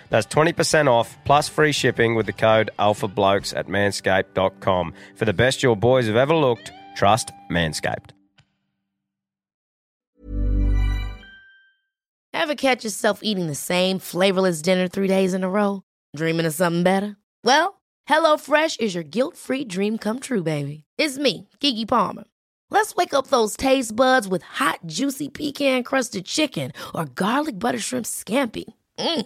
That's 20% off plus free shipping with the code ALPHABLOKES at manscaped.com. For the best your boys have ever looked, trust Manscaped. Ever catch yourself eating the same flavorless dinner three days in a row? Dreaming of something better? Well, HelloFresh is your guilt free dream come true, baby. It's me, Gigi Palmer. Let's wake up those taste buds with hot, juicy pecan crusted chicken or garlic butter shrimp scampi. Mm.